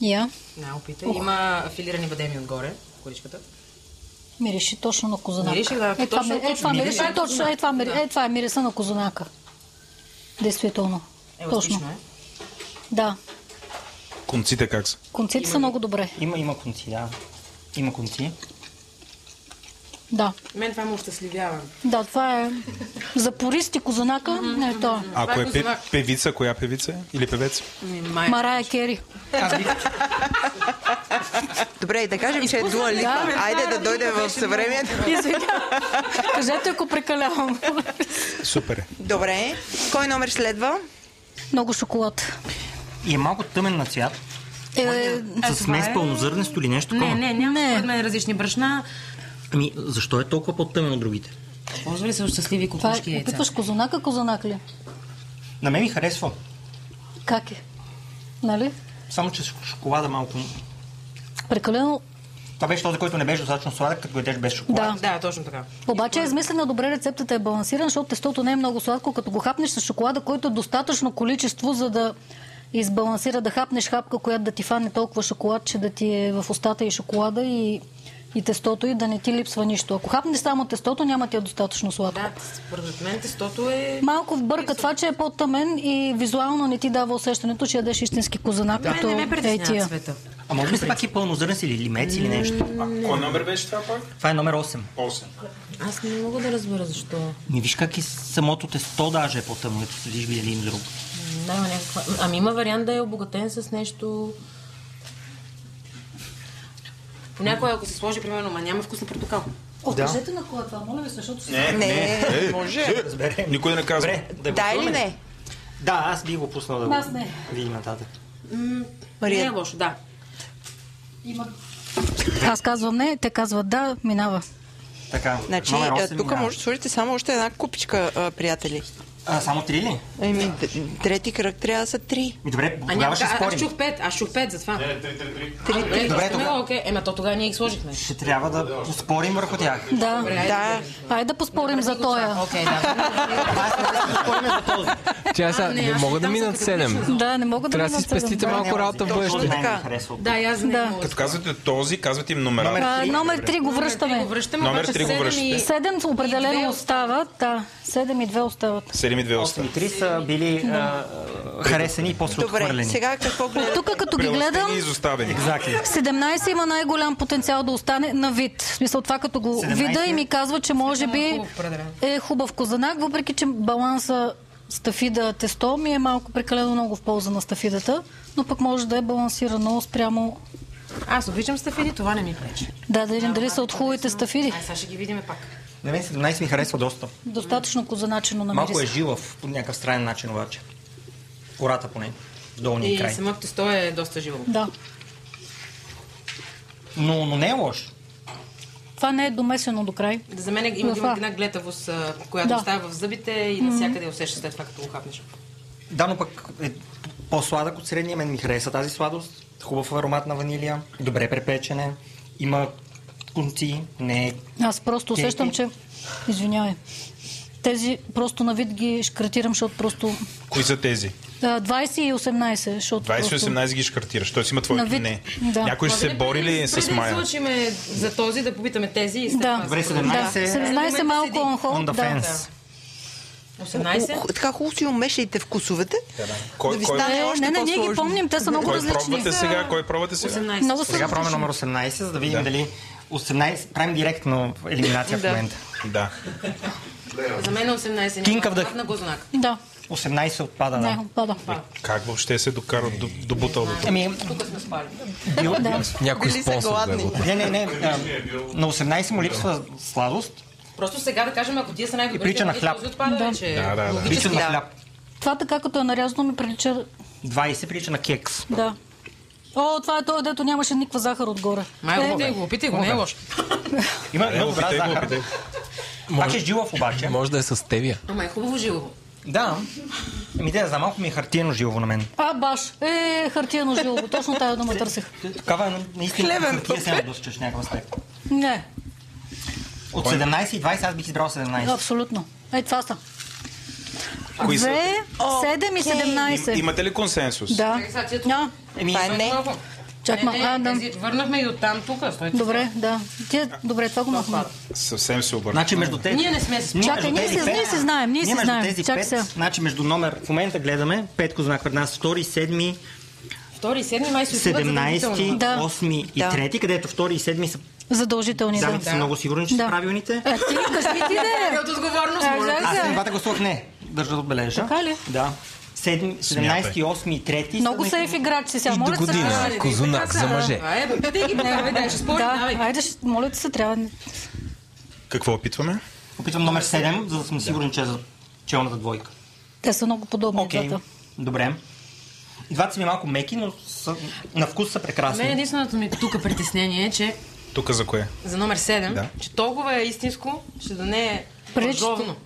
Я,
На, опитай. Има филирани бадеми отгоре, коричката.
мирише точно на козунака.
Мирише, да,
е, това,
точно-
ми- е, това
точно
мирише,
мирише на
точно, е, това, мирише,
козунак, да.
е, това е мириса на козунака. Действително.
Е,
точно.
отлично е.
Да.
Конците как са?
Конците са много добре.
Има, има конци, да. Има конци.
Да.
Мен това му щастливява.
Да, това е за пористи козунака. Не, то е.
Ако е пе-
знак.
певица, коя певица е? Или певец?
Май.
Марая Кери.
Добре, и да кажем, че е дуа липа.
Да.
Айде да дойде в съвремието.
Извинявам. Кажете, ако прекалявам.
Супер е.
Добре. Кой номер следва?
много шоколад.
И е малко тъмен на цвят.
Е,
С смес
е-
пълнозърнесто или нещо
Не,
такова.
не, няма според мен различни брашна.
Ами, защо е толкова по-тъмен от другите?
Ползва ли се от щастливи
това
кукушки
е,
яйца?
опитваш козунака, козунак ли?
На мен ми харесва.
Как е? Нали?
Само, че шок- шоколада малко...
Прекалено.
Това беше този, който не беше достатъчно сладък, като го ядеш без шоколад.
Да.
Да, точно така.
Обаче е измислена добре рецептата е балансирана, защото тестото не е много сладко, като го хапнеш с шоколада, който е достатъчно количество, за да избалансира да хапнеш хапка, която да ти фане толкова шоколад, че да ти е в устата и шоколада и, и тестото и да не ти липсва нищо. Ако хапнеш само тестото, няма ти е достатъчно сладко.
Да, според мен тестото е...
Малко вбърка това, че е по-тъмен и визуално не ти дава усещането, че ядеш истински козанак,
Мен
като
не ме
е
притеснява
тия.
цвета.
А може би са пак и пълнозърнес или лимец или нещо.
А кой номер беше това пак?
Това е номер 8.
8.
Аз не мога да разбера защо.
Не виж как и самото тесто даже е по-тъмно, като седиш ви един друг.
Да, има някаква... Ами има вариант да е обогатен с нещо... Понякога, ако се сложи, примерно, ма няма вкус на портокал.
Откажете на кола това, моля ви, защото си...
Не,
Не,
Е,
може.
Разберем.
Никой не казва.
Добре, да
Да или
гласуваме.
не?
Да, аз би го пуснал да
Аз
го
не.
видим нататък.
Не
Мария.
е лошо, да.
Аз казвам не, те казват да, минава.
Така,
Значи,
номер
е,
8
а, тук
минава.
може да сложите само още една купичка, а, приятели.
А, само три ли?
Еми, д- трети кръг трябва да са три.
Ми, Добре,
А
тогава
няма,
ще
а, аз
спорим.
чух пет, аз чух пет за това. Не,
Добре,
Добре,
тогава.
тогава. Окей, ема то тогава ние ги сложихме.
Ще трябва да поспорим върху тях.
Да,
Да,
айде да поспорим за тоя.
Окей, да.
е
Тя сега,
не,
не
аз
мога
ще
да
дам
минат
за
седем.
категорично.
Да, не мога да
Трябва да си
минат седем.
спестите малко работа в
Точно
бъдеще.
мен ми
Така.
харесва.
Да, и аз не
Да.
мога.
Като казвате този, казвате им номера.
Номер-
А, номер 3 го
Три
връщаме.
го връщаме,
Номер
обаче
три го
седем
връщате.
и-
Седем
И две
определено
остават.
остават. Да, седем и две остават.
7 и 2
8
остава.
и 3 са били а, а, харесани и после
добре.
отхвърлени.
Сега какво
От
гледате?
тук като ги гледам,
и изоставени.
Exactly.
17 има най-голям потенциал да остане на вид. В смисъл това като го
17?
вида и ми казва, че може би
хубав определен.
е хубав козанак, въпреки че баланса стафида тесто ми е малко прекалено много в полза на стафидата, но пък може да е балансирано спрямо
Аз обичам стафиди, това не ми пречи.
да да видим дали са от хубавите стафиди.
Ай, сега ще ги видим пак.
На мен 17 ми харесва доста.
Достатъчно козаначено на
Малко е
мириса.
жилав по някакъв странен начин обаче. Кората поне. в Долния
И
край.
самото тесто е доста живо.
Да.
Но, но не е лош.
Това не е домесено до край.
За мен е- има
Това.
има една глетавост, а, която
Да.
остава в зъбите и навсякъде усещаш след това, като го хапнеш.
Да, но пък е по-сладък от средния. Мен ми хареса тази сладост. Хубав аромат на ванилия. Добре препечене. Има конци. Не е...
Аз просто
Кейки?
усещам, че... Извинявай. Тези просто на вид ги шкратирам, защото просто...
Кои са тези?
А, 20 и 18, защото 20
20-18 ги шкартираш. Той си има твоите
На вид.
не.
Да.
Някой ще се бори ли с
Да
Майя?
излучиме за този, да попитаме тези и след
Да.
това
Добре,
се продължим.
17.
Да, 17 малко on
On
hold.
the
Да.
fence.
18.
Ху- Така хубаво си умешайте вкусовете.
Кой,
Да ви
кой,
стане
Е,
още
не, не, ние ги
по-сложно.
помним, те са много
кой пробвате
различни.
сега? Кой пробвате сега?
18.
Много са
Сега правим
различни.
номер 18, за да видим дали 18... Правим директно елиминация в
Да.
момента.
Да.
За мен е 18.
Кинка
Няма
вдъх.
на гозунак.
Да,
18 отпада, да.
не, отпада.
Как въобще се докарат до, до буталото?
Ами,
Тук сме спали.
Да.
Някой
Били са
спонсор да е
гладни.
го.
не, не, не. а, на 18 му липсва сладост.
Просто сега да кажем, ако тия са най-добрите,
И прилича на
нали,
хляб.
този отпада
Да.
вече.
Да, да, да.
Прилича на
да.
хляб.
Това така като е нарязано ми прилича...
20 прилича на кекс.
Да. О, това е той, дето нямаше никаква захар отгоре.
Май,
е,
опитай го, опитай го, не е лошо.
Има, има добра
Опитай го,
захар.
опитай го.
Пак е жилав обаче.
Може да е с стевия.
Ама е хубаво живо.
Да. Ами да, за малко ми е хартиено жилово на мен.
а, баш. Е, хартияно жилово. Точно тая дума търсих.
Такава е на- наистина
Хлебен
хартия се надушчаш някаква степен.
Не,
От 17 и 20 аз бих избрал 17.
абсолютно. Е, това са.
Кои са?
2, 7 и 17.
Им, имате ли консенсус?
Да.
Реализацията-
Да.
Това е не.
Чак,
Не,
ма,
не,
а, да.
тези Върнахме и оттам тук. стойте.
Добре, да. Ти, добре, това го махме.
Съвсем се обърна.
Значи между тези...
Ние не сме се
Ние
Чакай, ние
между тези
се-
пет-
ние се знаем, ние се
между
знаем.
Тези
Чакай
пет,
сега.
Значи между номер... В момента гледаме петко знак пред нас, втори, седми,
Втори и седми май се отиват задължително.
17,
Да.
8 и
Да.
3, където втори и седми са
Задължителни, да.
дамите са много сигурни, че са
Да.
правилните.
Е, ти, кажи ти,
Е,
да.
От отговорност, моля.
Аз на двата гласувах не. Държа да отбележа.
Така ли?
Да. Седми- 17, 8 и 3.
Много сейф играчи сега. Моля те,
Да, да,
се.
Козунак за мъже.
Това е, бъдете ги, давай, дай, ще спорим,
Да,
давай.
айде, ще- моля те се, трябва.
Какво опитваме?
Опитвам номер 7, за да съм сигурен, че е за челната двойка.
Те са много подобни
Окей.
двата.
Добре. И двата са ми малко меки, но са, на вкус са прекрасни.
Мен единственото ми тук притеснение е, че
Тук за кое?
за номер 7,
Да.
че толкова е истинско, ще да не е
Прилича-
лъжовно.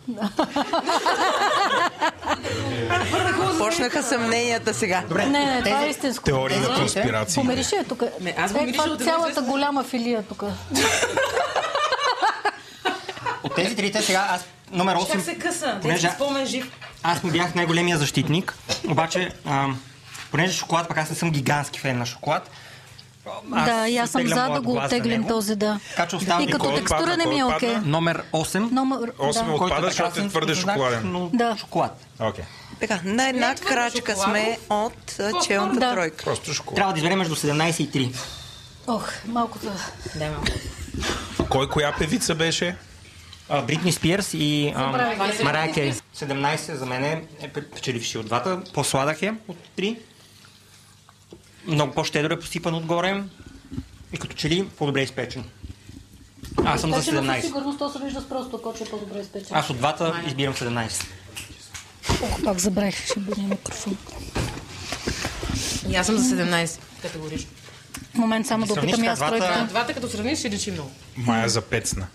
Почнаха съмненията сега.
Добре.
Не, не, това е
тези-
истинско.
Теории на конспирации.
Помириши я тук.
Ме, аз го
е,
мириша
това
от едно
цялата
известно-
голяма филия тук.
От тези трите сега аз номер 8...
Как се къса? Не
Понеже
си спомен жив.
аз му бях най-големия защитник, обаче ам, понеже шоколад, пък аз не съм гигантски фен на шоколад. аз
да, и аз съм
оттеглям
за
моят
да го
глас за
оттеглим
него.
този, да.
Така че остава
И
ми
като
Кой
текстура
отпадна,
не ми е
кой
окей.
отпадна?
Номер 8.
Номер...
Осем
да.
е
който
Отпада,
е
защото е
прекрасен
твърде
като знак,
шоколаден.
но
Да.
шоколад.
Окей.
Така, на една
Някаква
крачка
шоколадна.
сме от а,
Какво
челната
стана? Да.
тройка.
Просто шоколад.
Трябва да изберем между 17 и 3.
Ох, малко...
Да, малко.
Кой коя певица беше?
А, Бритни Спирс и ам,
Забравих се.
Марая Кери. 17 за мен е печеливши от двата. По-сладък е от 3. Много по-щедро е посипан отгоре. И като че ли по-добре е изпечен. Аз съм за 17.
Сигурност то се вижда с просто коче по-добре изпечено.
Аз от двата избирам 17.
Ох, пак забравих, ще бъде микрофон.
И аз съм за 17. Категорично.
Момент само да опитам и аз
Сравниш на
А
тройката.
двата като сравниш, ще личи много.
Мая Запецна.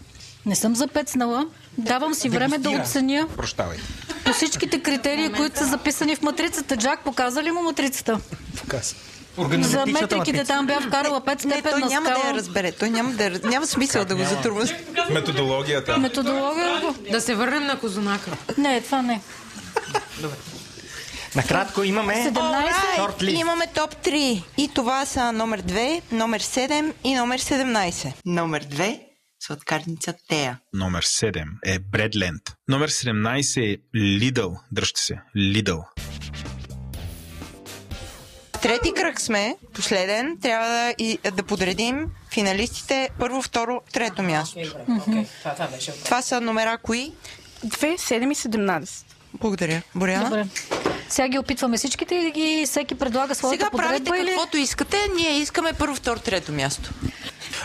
Не съм запецнала. Давам си време да оценя
Прощавай.
по всичките критерии, които са записани в матрицата. Джак, показа ли му матрицата?
Показ.
За
Организатричната
метриките
матрица.
там бях вкарала 5
Не, той
степенна
няма да я
скала.
разбере. Той няма да я раз- Няма смисъл да го затрудваш.
Методологията.
Методология...
Да се върнем на Козунака.
Е,
Не, това не.
Накратко имаме
17
Short
И
list.
Имаме топ 3. И това са номер 2, номер 7 и номер 17.
Номер 2 сладкарница Тея.
Номер 7 е Бредленд. Номер 17 е Лидъл. Дръжте се. Лидъл.
В Трети кръг сме, последен. Трябва да, и, да подредим финалистите първо, второ, трето място.
Е, добре, окей. Това, това беше.
Това са номера кои?
2, 7 и 17.
Благодаря. Боряна?
Добре. Сега ги опитваме всичките и ги всеки предлага своята
Сега правите
подредба или...
каквото искате. Ние искаме първо, второ, трето място.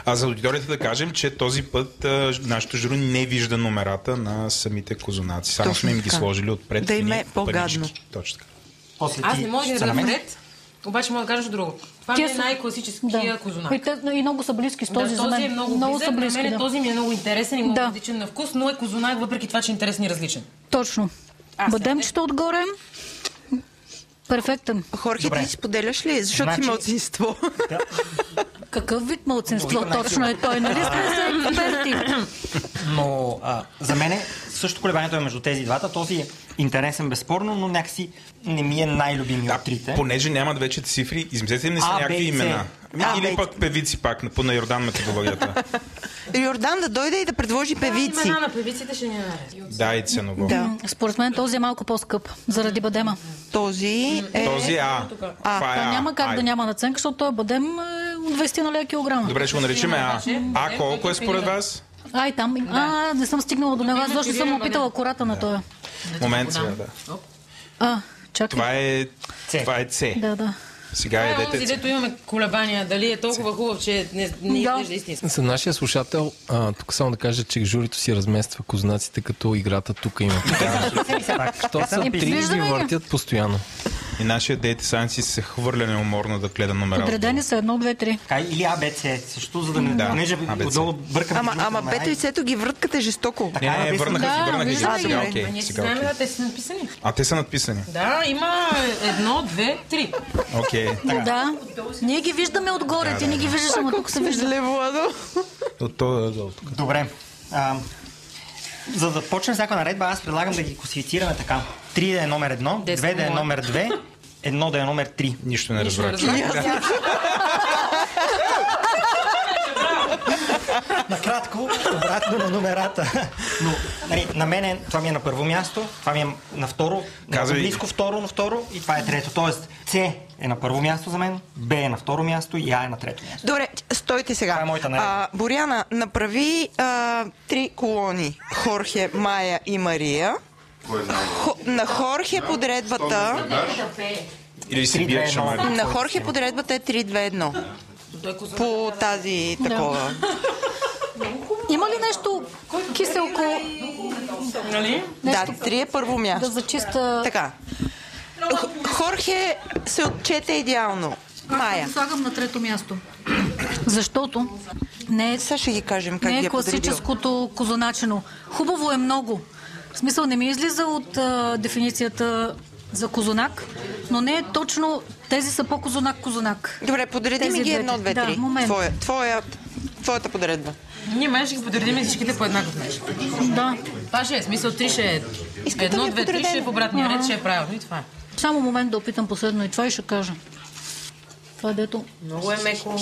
А за аудиторията да кажем, че този път а, нашето жури не вижда номерата на самите козунаци. Само
Точно
сме им ги
така.
сложили отпред.
Да им
в
е
едни
по-гадно.
парички. Точно така.
После
Аз
ти
не мога да ги
ще са на мен.
дам ред, обаче мога да кажа друго. Това ми
Тия
е
са-
най-класическия Козунак.
И, те, и много са близки с
Да,
този, за
този
мен.
е много, близък,
са близки,
на мен
да.
този ми е много интересен и много
Да.
различен на вкус, но е Козунак, въпреки това, че е интересен и различен.
Точно.
Аз
Бъдемчето отгоре. Перфектен.
Хорхе,
Добре.
ти споделяш ли? Защото
Значи-
си мълцинство.
Какъв вид мълцинство
Добре,
точно е той, нали сте се експерти?
Но а, за мен също колебанието е между тези двата. Този е интересен безспорно, но някакси не ми е най-любими от трите.
Понеже нямат вече цифри, измислете им не са
А,
някакви
Б и С.
имена. Ами,
А, Б
Или
и
пък певици пак, по на Йордан методологията.
Йордан да дойде и да предложи
Да,
певици.
имена на певиците ще ни е наред.
да, и ценово.
Да.
Според мен този е малко по-скъп, заради бъдема.
Този е...
Този А.
А.
Това е
Та няма как
Ай.
да няма наценка, защото той бъдем е от 20 на лея килограма.
Добре, ще го наричаме А. А колко е според вас?
Ай, там. А, не съм стигнала до него, аз защото съм опитала кората на този.
Момент сега, да.
А, чакай.
Това е... Това е С.
Да, да.
Сега
Това
е
е онзи,
дете.
дето имаме колебания, дали е толкова хубав, че не, не
Да.
изглежда истински.
За нашия слушател, а, тук само да кажа, че журито си размества кознаците, като играта тук има.
Е,
Що са
И
три ги
виждаме ги.
въртят постоянно.
И нашия дейте сайенси се хвърля неуморно да гледа номера.
Подредени са едно, две, три.
Така, или АБЦ също, за да не...
Да,
Понеже
ABC.
отдолу бъркам...
Ама,
между
ама
номера
Бето
и-
и Сето ги върткате жестоко.
Не, не, не,
написано.
върнаха
Да,
ги, върнаха ги.
виждаме
Сега
ги.
Ма
окей.
Ние си
Сега
знаем,
окей.
да, те са написани.
А те са надписани.
Да, има едно, две, три.
Окей.
Да. Ние ги виждаме отгоре, ти не ги виждаш, ама тук се вижда.
Вижда ли, Владо?
От то да, да, от тук.
Добре. А, За да почнем всяка наредба, аз предлагам да ги класифицираме така. Три да е номер едно, две да е номер две, едно да е номер три.
Нищо не разбрах.
Накратко, обратно на номерата. Но, нали, на мен е, това ми е на първо място, това ми е на второ,
Казвай.
много близко второ на второ и това е трето. Тоест, С е на първо място за мен, Б е на второ място и А е на трето място.
Добре, стойте сега.
Това е моята наредба.
А, Боряна, направи а, три колони. Хорхе, Майя и Мария.
Кой знае?
Хо, на Хорхе подредбата...
Или си бият шамари.
На Хорхе подредбата е 3-2-1.
е
По тази
Да.
такова.
Има ли нещо киселко?
Нали?
Да, три е първо място.
Да зачиста...
Така. Х- Хорхе се отчете идеално. Майя.
Слагам на трето място. Защото не е,
Сега ще ги кажем как
не
ги
е
е подредил.
класическото козоначено. Хубаво е много. В смисъл не ми е излиза от а, дефиницията за козонак, но не е точно тези са по-козонак-козонак.
Добре, подреди
Тези
ми ги едно, две,
двете. Да,
три.
момент.
Твоя, твоя, твоята подредба.
Ние май ще ги подредим всичките по еднакъв начин.
Да.
Това ще е смисъл, три ще е.
Искате
едно,
ли е
две, три ще е
подредено?
в обратния ред,
Ага.
ще е правилно и това е.
Само момент да опитам последно и това и ще кажа. Това дето
Много е меко.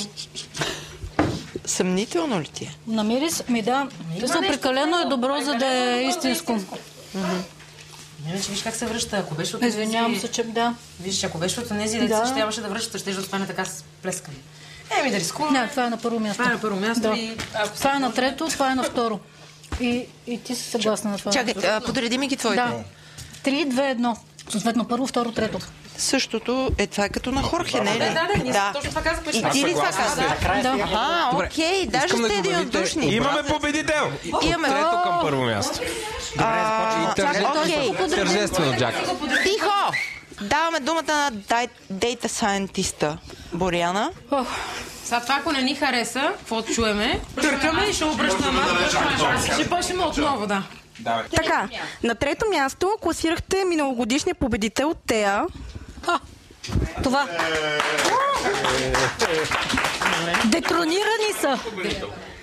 Съмнително ли ти е?
намери с- ми да, са
нещо
прекалено е добро, за да е
прекалено
истинско.
Иначе виж как се връща. Ако беше от тези...
Извинявам се, че да.
Виж, ако беше от тези деца,
Да.
ще трябваше да връщаш, ще да остане така с плескане. Еми да рискуваме.
Не, това е на първо място.
Това е на първо място
Да.
и ако
Това е на трето, това е на второ. И, и ти си съгласна на това.
Чакай, а, подреди ми ги твоите.
Да. Три, две, едно. Съответно, първо, второ, трето.
Същото е това е като на Хорхе, не е ли?
Да, да, да, ние точно това казахме,
И
че
ти ли това
съгласен
каза?
Да.
Аха, окей, даже
искам да
сте
го
единодушни.
обявите.
Имаме победител!
Имаме...
Трето към първо място.
А,
Тържествено-
Окей,
Тържествено, Джак.
тихо! Даваме думата на дай- дейта сайентиста Боряна.
Сега това, ако не ни хареса, какво чуеме? Търкаме и ще обръщаме. Ще почнем отново, да.
Така, на трето място класирахте миналогодишния победител Тея.
А, това. Детронирани са.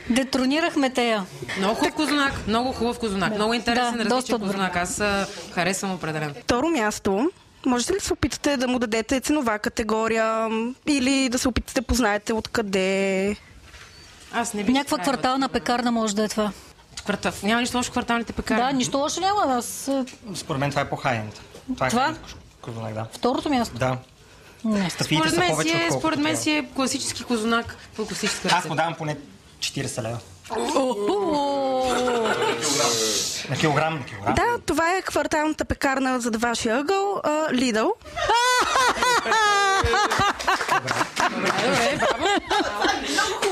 Детронирахме тея.
Много хубав козунак, много хубав козунак. Много интересен,
Да,
различен
доста добър.
козунак. Аз а, харесвам определен.
Второ място. Можете ли да се опитате да му дадете ценова категория м, или да се опитате да познаете откъде?
Аз не бих
Някаква
правила.
квартална пекарна може да е това.
Квартал. Няма нищо лошо в кварталните пекарни.
Да, нищо лошо няма. Аз... е,
Според мен това е по-хайенд. Това е
Това?
хайенд козунак, да.
Второто място.
Да.
Не.
Стъпите
Според
са
мен,
повече,
си е,
отколкото
според мен
трябва.
си е класически козунак по класическа
Аз му
рецепта.
давам поне 40 лева.
Уху!
На килограм, на килограм.
Да, това е кварталната пекарна зад вашия ъгъл, а, Лидъл.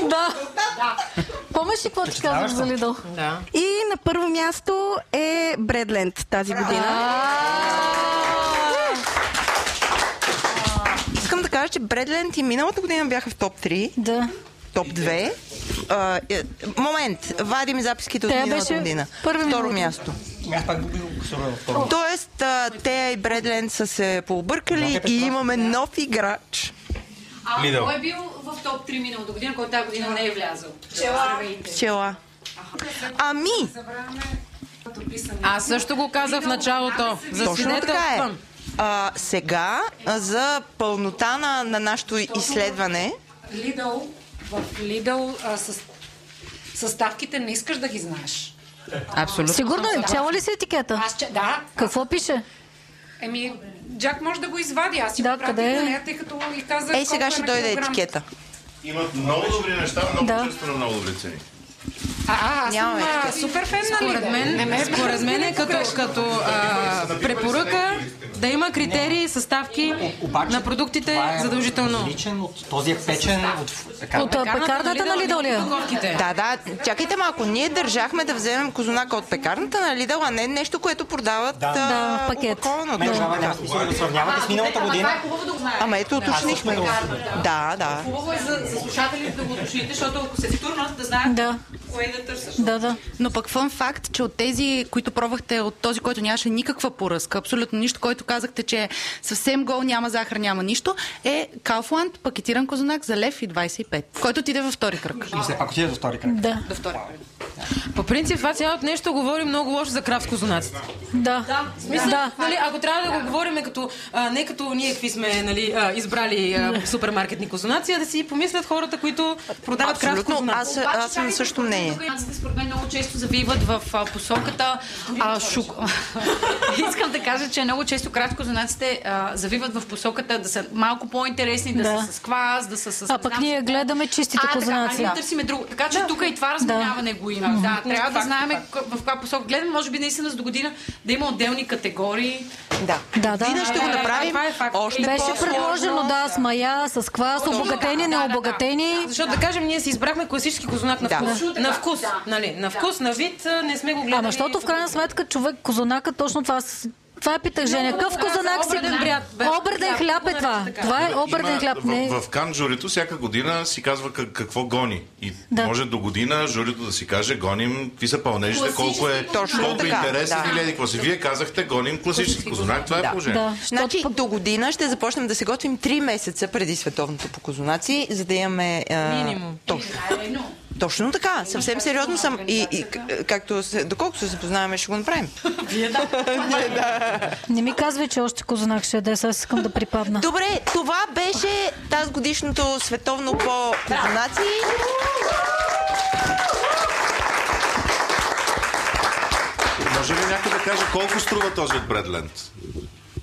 Да. Помниш ли какво ти казах за Лидъл?
Да.
И на първо място е Бредленд тази година.
Искам да кажа, че Бредленд и миналата година бяха в топ 3,
Да.
топ 2. А, е, момент, вадим записките от
Тея
миналата
беше
година.
първи
Второ
миналата.
място.
Аз пак бих го косурал на второ.
Тоест, а, Тея и Бредленд са се пообъркали и имаме нов играч.
Лидъл.
Кой е бил в топ 3 миналата година, който тази година не е влязъл?
Пчела. Ами,
Аз също го казах в началото. За
Точно така е. А, сега, а, за пълнота на, на нашето изследване,
Лидъл, в Лидъл а, с съставките не искаш да ги знаеш.
Абсолютно.
Сигурно е. Чела ли си етикета?
Аз че, да,
Какво пише?
еми, Джак може да го извади, аз си
Да,
го пратих
къде е?
на нея, тъй като и казах
ей сега
колко
ще
е на
дойде
килограм.
етикета.
Имат много добри неща, много
Да.
често на много добри цени.
А, а, аз
Нямаме
съм а, супер фен на Лидъл.
Нали?
Според мен, според мен е като, като а, препоръка да има критерии, съставки на продуктите
това е
задължително.
Различен от този е печен от така.
От а, пекарната на Лидъл ли е?
Упаковките.
Да, да, чакайте малко. Ние държахме да вземем козунака от пекарната на Лидъл, а не нещо, което продават да.
Да, в пакет.
Мен тогава няма смисъл да го сравнявате с миналата година.
хубаво да го знаеш.
Ама ето уточнихме.
Да.
Да, да.
Хубаво е за, за слушателите да го уточните, защото ако се турнат, да
е.
знаят
Да,
кое е да търсиш.
да, да.
Но пък фън факт, че от тези, които пробвахте, от този, който нямаше никаква поръска, абсолютно нищо, който казахте, че е съвсем гол, няма захар, няма нищо, е Kaufland пакетиран козунак за лев и 25, който отиде във втори кръг.
И все пак отиде до втори кръг.
Да.
До втори кръг.
По принцип, това цялото нещо говори много лошо за кравскозунаците.
Да.
да. В
Да.
Смисъл, да. Нали, ако трябва да го говорим като, а, не като ние какви сме нали, а, избрали а, супермаркетни козунаци, а да си помислят хората, които продават
Абсолютно,
кравскозунаци.
аз, аз съм на също
ами,
мнение.
Тук според мен много често завиват в а, посоката а, шук... Искам да кажа, че много често кратко занаците а, завиват в посоката да са малко по-интересни, да,
Да.
са с квас, да са с...
А пък ние гледаме чистите
а,
кознаци.
Така, а ние търсиме друго. Така че тук и това разминаване го има.
Мгм.
Да, трябва да
Факт,
знаем к- в каква посока. Гледаме, може би наистина с до година да има отделни категории.
Да.
Да, да.
Година ще го направим.
Това е факт.
Още
Беше предложено, да, с мая, с квас,
Точно
обогатени, необогатени.
Защото да кажем, ние си избрахме класически кознак на
Да.
вкус.
Да.
На вкус, нали? На вкус, на вид, а, не сме го гледали.
Ама защото в крайна сметка човек, козунака, точно това с- това е питах Женя.
Много
Какъв
добре,
козунак си?
обреден бряд, бе.
Обреден хляб е това. Това е обреден
Има-
хляб. Не.
В, в Кан журито всяка година си казва как, какво гони. И
Да.
може до година журито да си каже гоним какви са пълнежите, колко е,
Точно
колко е
така,
интересен
да.
или еди какво си. Вие казахте гоним класически козунак, това е положението.
Да. Значи, до година ще започнем да се готвим 3 месеца преди световното по козунаци, за да имаме... а,
Минимум.
Точно. Точно така, съвсем сериозно съм и, и к- както се, доколко се запознаваме, ще го направим.
Вие да.
Не ми казвай, че още козунак ще яде, сега искам да припадна.
Добре, това беше тази годишното световно по козунаци.
Може ли някой да каже колко струва този от Бредленд?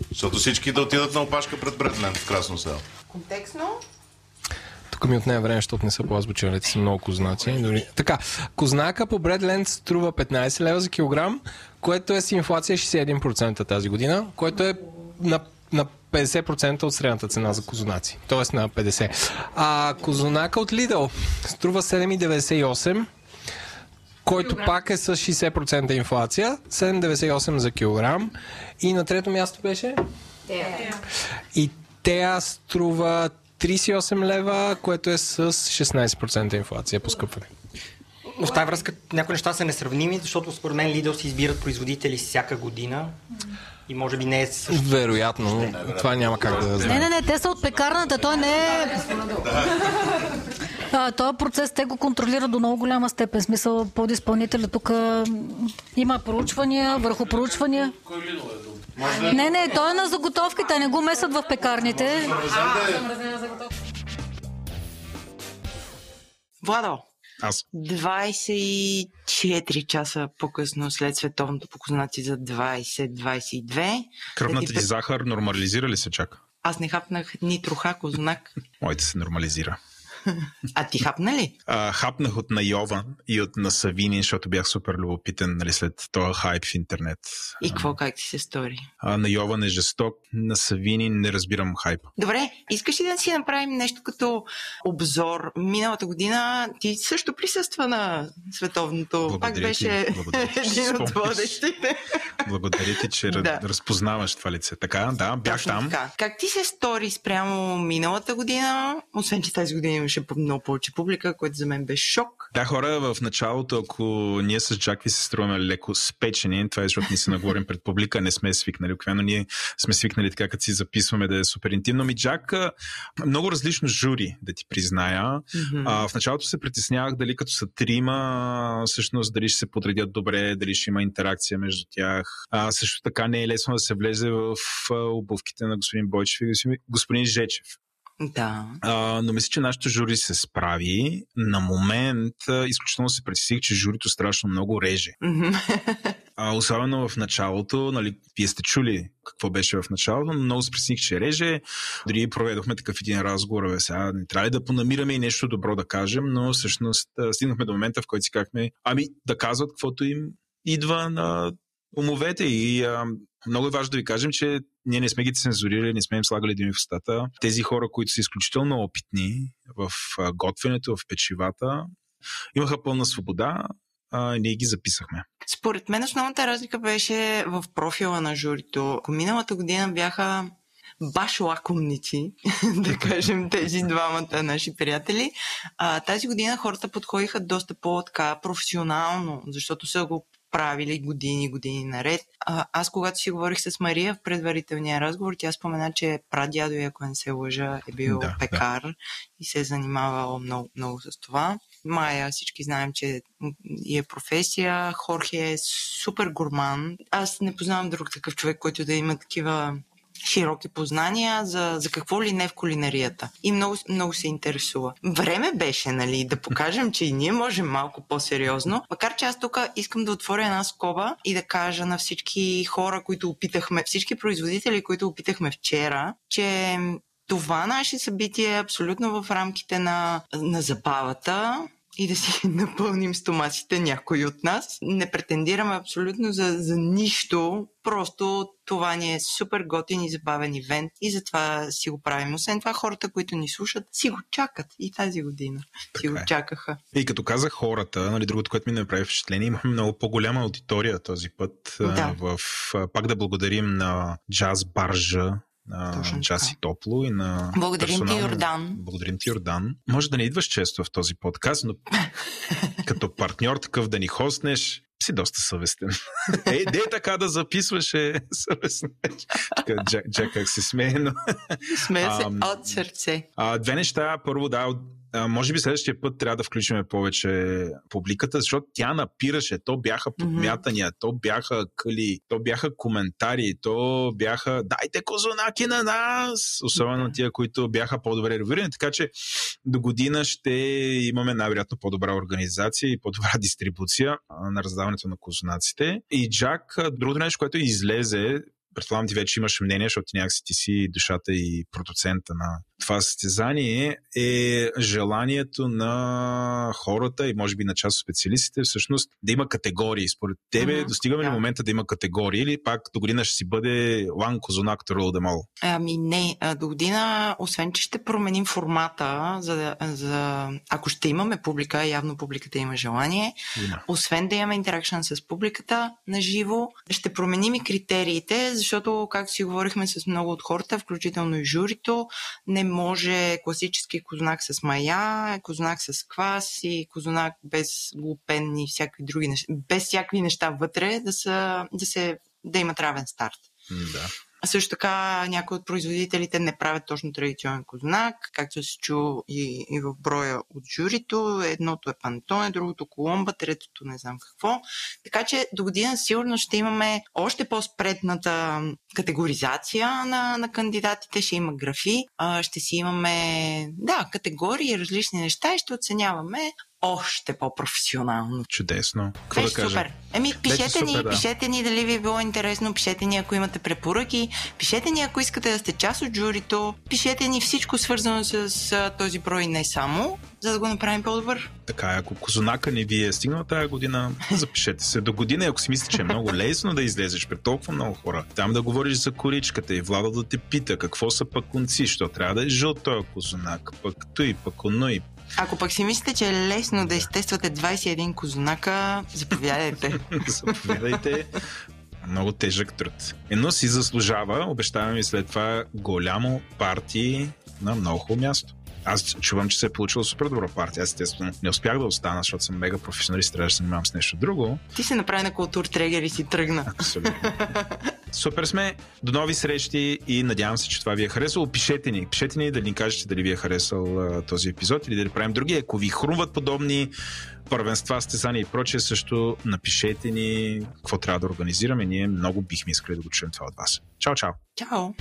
Защото всички да отидат на опашка пред Бредленд в Красно село.
Контекстно.
Тук ми отне време, защото не са по азбучарите, са много кознаци. Дори... Така, кознака по Бредленд струва 15 лева за килограм, което е с инфлация 61% тази година, което е на, на 50% от средната цена за козунаци. Тоест на 50. А козунака от Лидъл струва 7,98 който пак е с 60% инфлация, 7,98 за килограм. И на трето място беше? И тя струва 38 лева, което е с 16% инфлация поскъпване.
Но в тази връзка някои неща са несравними, защото според мен Lidl си избират производители всяка година и може би не е също.
Вероятно, това няма как да
Не,
знаем.
Ами не, не, те са от пекарната, той не е... А, този процес те го контролира до много голяма степен. В Смисъл, подизпълнителя тук м, има проучвания, върху проучвания. Не, не, той е на заготовките, не го месят в пекарните.
Владо,
Аз.
24 часа по-късно след световното покознати за 2022.
Кръвната
да
ти
пе-
захар нормализира ли се чака?
Аз не хапнах нито хако знак.
Моите се нормализира.
А ти хапна ли?
А, хапнах от на Йован и от на Савини, защото бях супер любопитен нали, след този хайп в интернет.
И какво, как ти се стори?
А, на Йован е жесток, на Савини не разбирам хайпа.
Добре, искаш ли да си направим нещо като обзор? Миналата година ти също присъства на световното. Пак
Благодаря ти,
беше
благодаря ти, че си
един от
спомняш.
водещите.
Благодаря ти, че
Да.
да. разпознаваш това лице. Така, да, бях там.
Така, как ти се стори спрямо миналата година? Освен, че тази година имаше по- много повече публика, което за мен беше шок.
Да, хора, в началото, ако ние с Джакви се струваме леко спечени, това е защото ни се наговорим пред публика, не сме свикнали. Обикновено ние сме свикнали така, като си записваме да е супер интимно. Ми Джак, а, много различно жури, да ти призная.
Мгм.
А, в началото се притеснявах дали като са трима, всъщност дали ще се подредят добре, дали ще има интеракция между тях. А, също така не е лесно да се влезе в а, обувките на господин Бойчев и господин- господин Жечев.
Да.
А, но мисля, че нашето жури се справи. На момент а, изключително се притесних, че журито страшно много реже. А, особено в началото, нали, вие сте чули какво беше в началото, но много се притесних, че реже. Дори проведохме такъв един разговор, бе, сега не трябва ли да понамираме и нещо добро да кажем, но всъщност а, стигнахме до момента, в който си казахме, ами да казват каквото им идва на умовете и а, много е важно да ви кажем, че ние не сме ги цензурирали, не сме им слагали думи в устата. Тези хора, които са изключително опитни в а, готвенето, в печивата, имаха пълна свобода, а, ние ги записахме.
Според мен основната разлика беше в профила на журито. Ако миналата година бяха баш лакомници, да кажем тези двамата наши приятели, а, тази година хората подходиха доста по-така професионално, защото са го правили години, години наред. А, аз когато си говорих с Мария в предварителния разговор, тя спомена, че прадядо, й, ако не се лъжа, е бил
Да, да.
пекар и се е занимавал много, много с това.
Майя всички знаем, че и е професия. Хорхе е супер гурман. Аз не познавам друг такъв човек, който да има такива широки познания за, за какво ли не в кулинарията. И много, много се интересува. Време беше, нали, да покажем, че и ние можем малко по-сериозно. Макар, че аз тук искам да отворя една скоба и да кажа на всички хора, които опитахме, всички производители, които опитахме вчера, че това наше събитие е абсолютно в рамките на, на забавата, и да си напълним стомасите някой от нас. Не претендираме абсолютно за, за нищо, просто това ни е супер готин и забавен ивент и затова си го правим. Освен това, хората, които ни слушат, си го чакат и тази година си го
е.
чакаха.
И като каза хората, нали, другото, което ми направи впечатление, имахме много по-голяма аудитория този път. а,
Да.
В, а, пак да благодарим на джаз баржа, на джаз и топло и на
Благодарим ти,
персонално-
Йордан.
Благодарим ти, Йордан. Може да не идваш често в този подкаст, но като партньор такъв да ни хоснеш, си доста съвестен. Ей, де така да записваш е съвестен. Тук Джак, Джак как се смее, но...
Смея се
Ам,
от сърце.
а, две неща. Първо, да, от- а, може би следващия път трябва да включим повече публиката, защото тя напираше. То бяха подмятания, то бяха къли, то бяха коментари, то бяха дайте козунаки на нас, особено тия, които бяха по-добре ревюрирани. Така че до година ще имаме най-вероятно по-добра организация и по-добра дистрибуция а, на раздаването на козунаците. И Джак, а, другото нещо, което излезе, предполагам ти вече имаш мнение, защото ти някакси ти си душата и продуцента на това състезание, е желанието на хората и може би на част от специалистите всъщност да има категории. Според тебе
Мгм,
достигаме ли момента да има категории или пак до година ще си бъде one козунак to rule them all?
Ами не, а, до година, освен че ще променим формата, за, да- за, ако ще имаме публика, явно публиката има желание,
Има.
освен да имаме интеракшн с публиката на живо, ще променим и критериите, защото, както си говорихме с много от хората, включително и журито, не може класически козунак с мая, козунак с квас и козунак без глупен и всякакви други неща, без всякакви неща вътре да, са, да, се, да имат равен старт.
Да.
А Също така някои от производителите не правят точно традиционен кознак, както се чу и, и в броя от журито. Едното е пантоне, другото коломба, третото не знам какво. Така че до година сигурно ще имаме още по-спретната категоризация на, на кандидатите, ще има графи, а, ще си имаме да, категории, различни неща и ще оценяваме още по-професионално.
Чудесно. Какво да
Беше
кажа?
супер. Еми, пишете
Беше
ни,
супер, да.
пишете ни дали ви е било интересно, пишете ни ако имате препоръки, пишете ни ако искате да сте част от журито, пишете ни всичко свързано с а, този брой не само, за да го направим по-добър.
Така, е, ако козунака не ви е стигнал тази година, запишете се до година. и Ако си мислите, че е много лесно да излезеш при толкова много хора, там да говориш за коричката и Владо да те пита какво са пък конци, що трябва да е жълт този козунак, пък той, пък оной.
Ако пък си мислите, че е лесно да изтествате 21 козунака, заповядайте.
Заповядайте. Много тежък труд. Едно си заслужава, обещаваме ви след това голямо парти на много хубаво място. Аз чувам, че се е получила супер добра партия. Аз естествено не успях да остана, защото съм мега професионалист, трябваше да се занимавам с нещо друго.
Ти се направи на култур трегер и си тръгна.
Абсолютно. Супер сме. До нови срещи и надявам се, че това ви е харесало. Пишете ни. Пишете ни да ни кажете дали ви е харесал а, този епизод или да ли правим други. Ако ви хрумват подобни първенства, стезания и прочее, също напишете ни какво трябва да организираме. Ние много бихме искали да го чуем това от вас. Чао, чао!
Чао!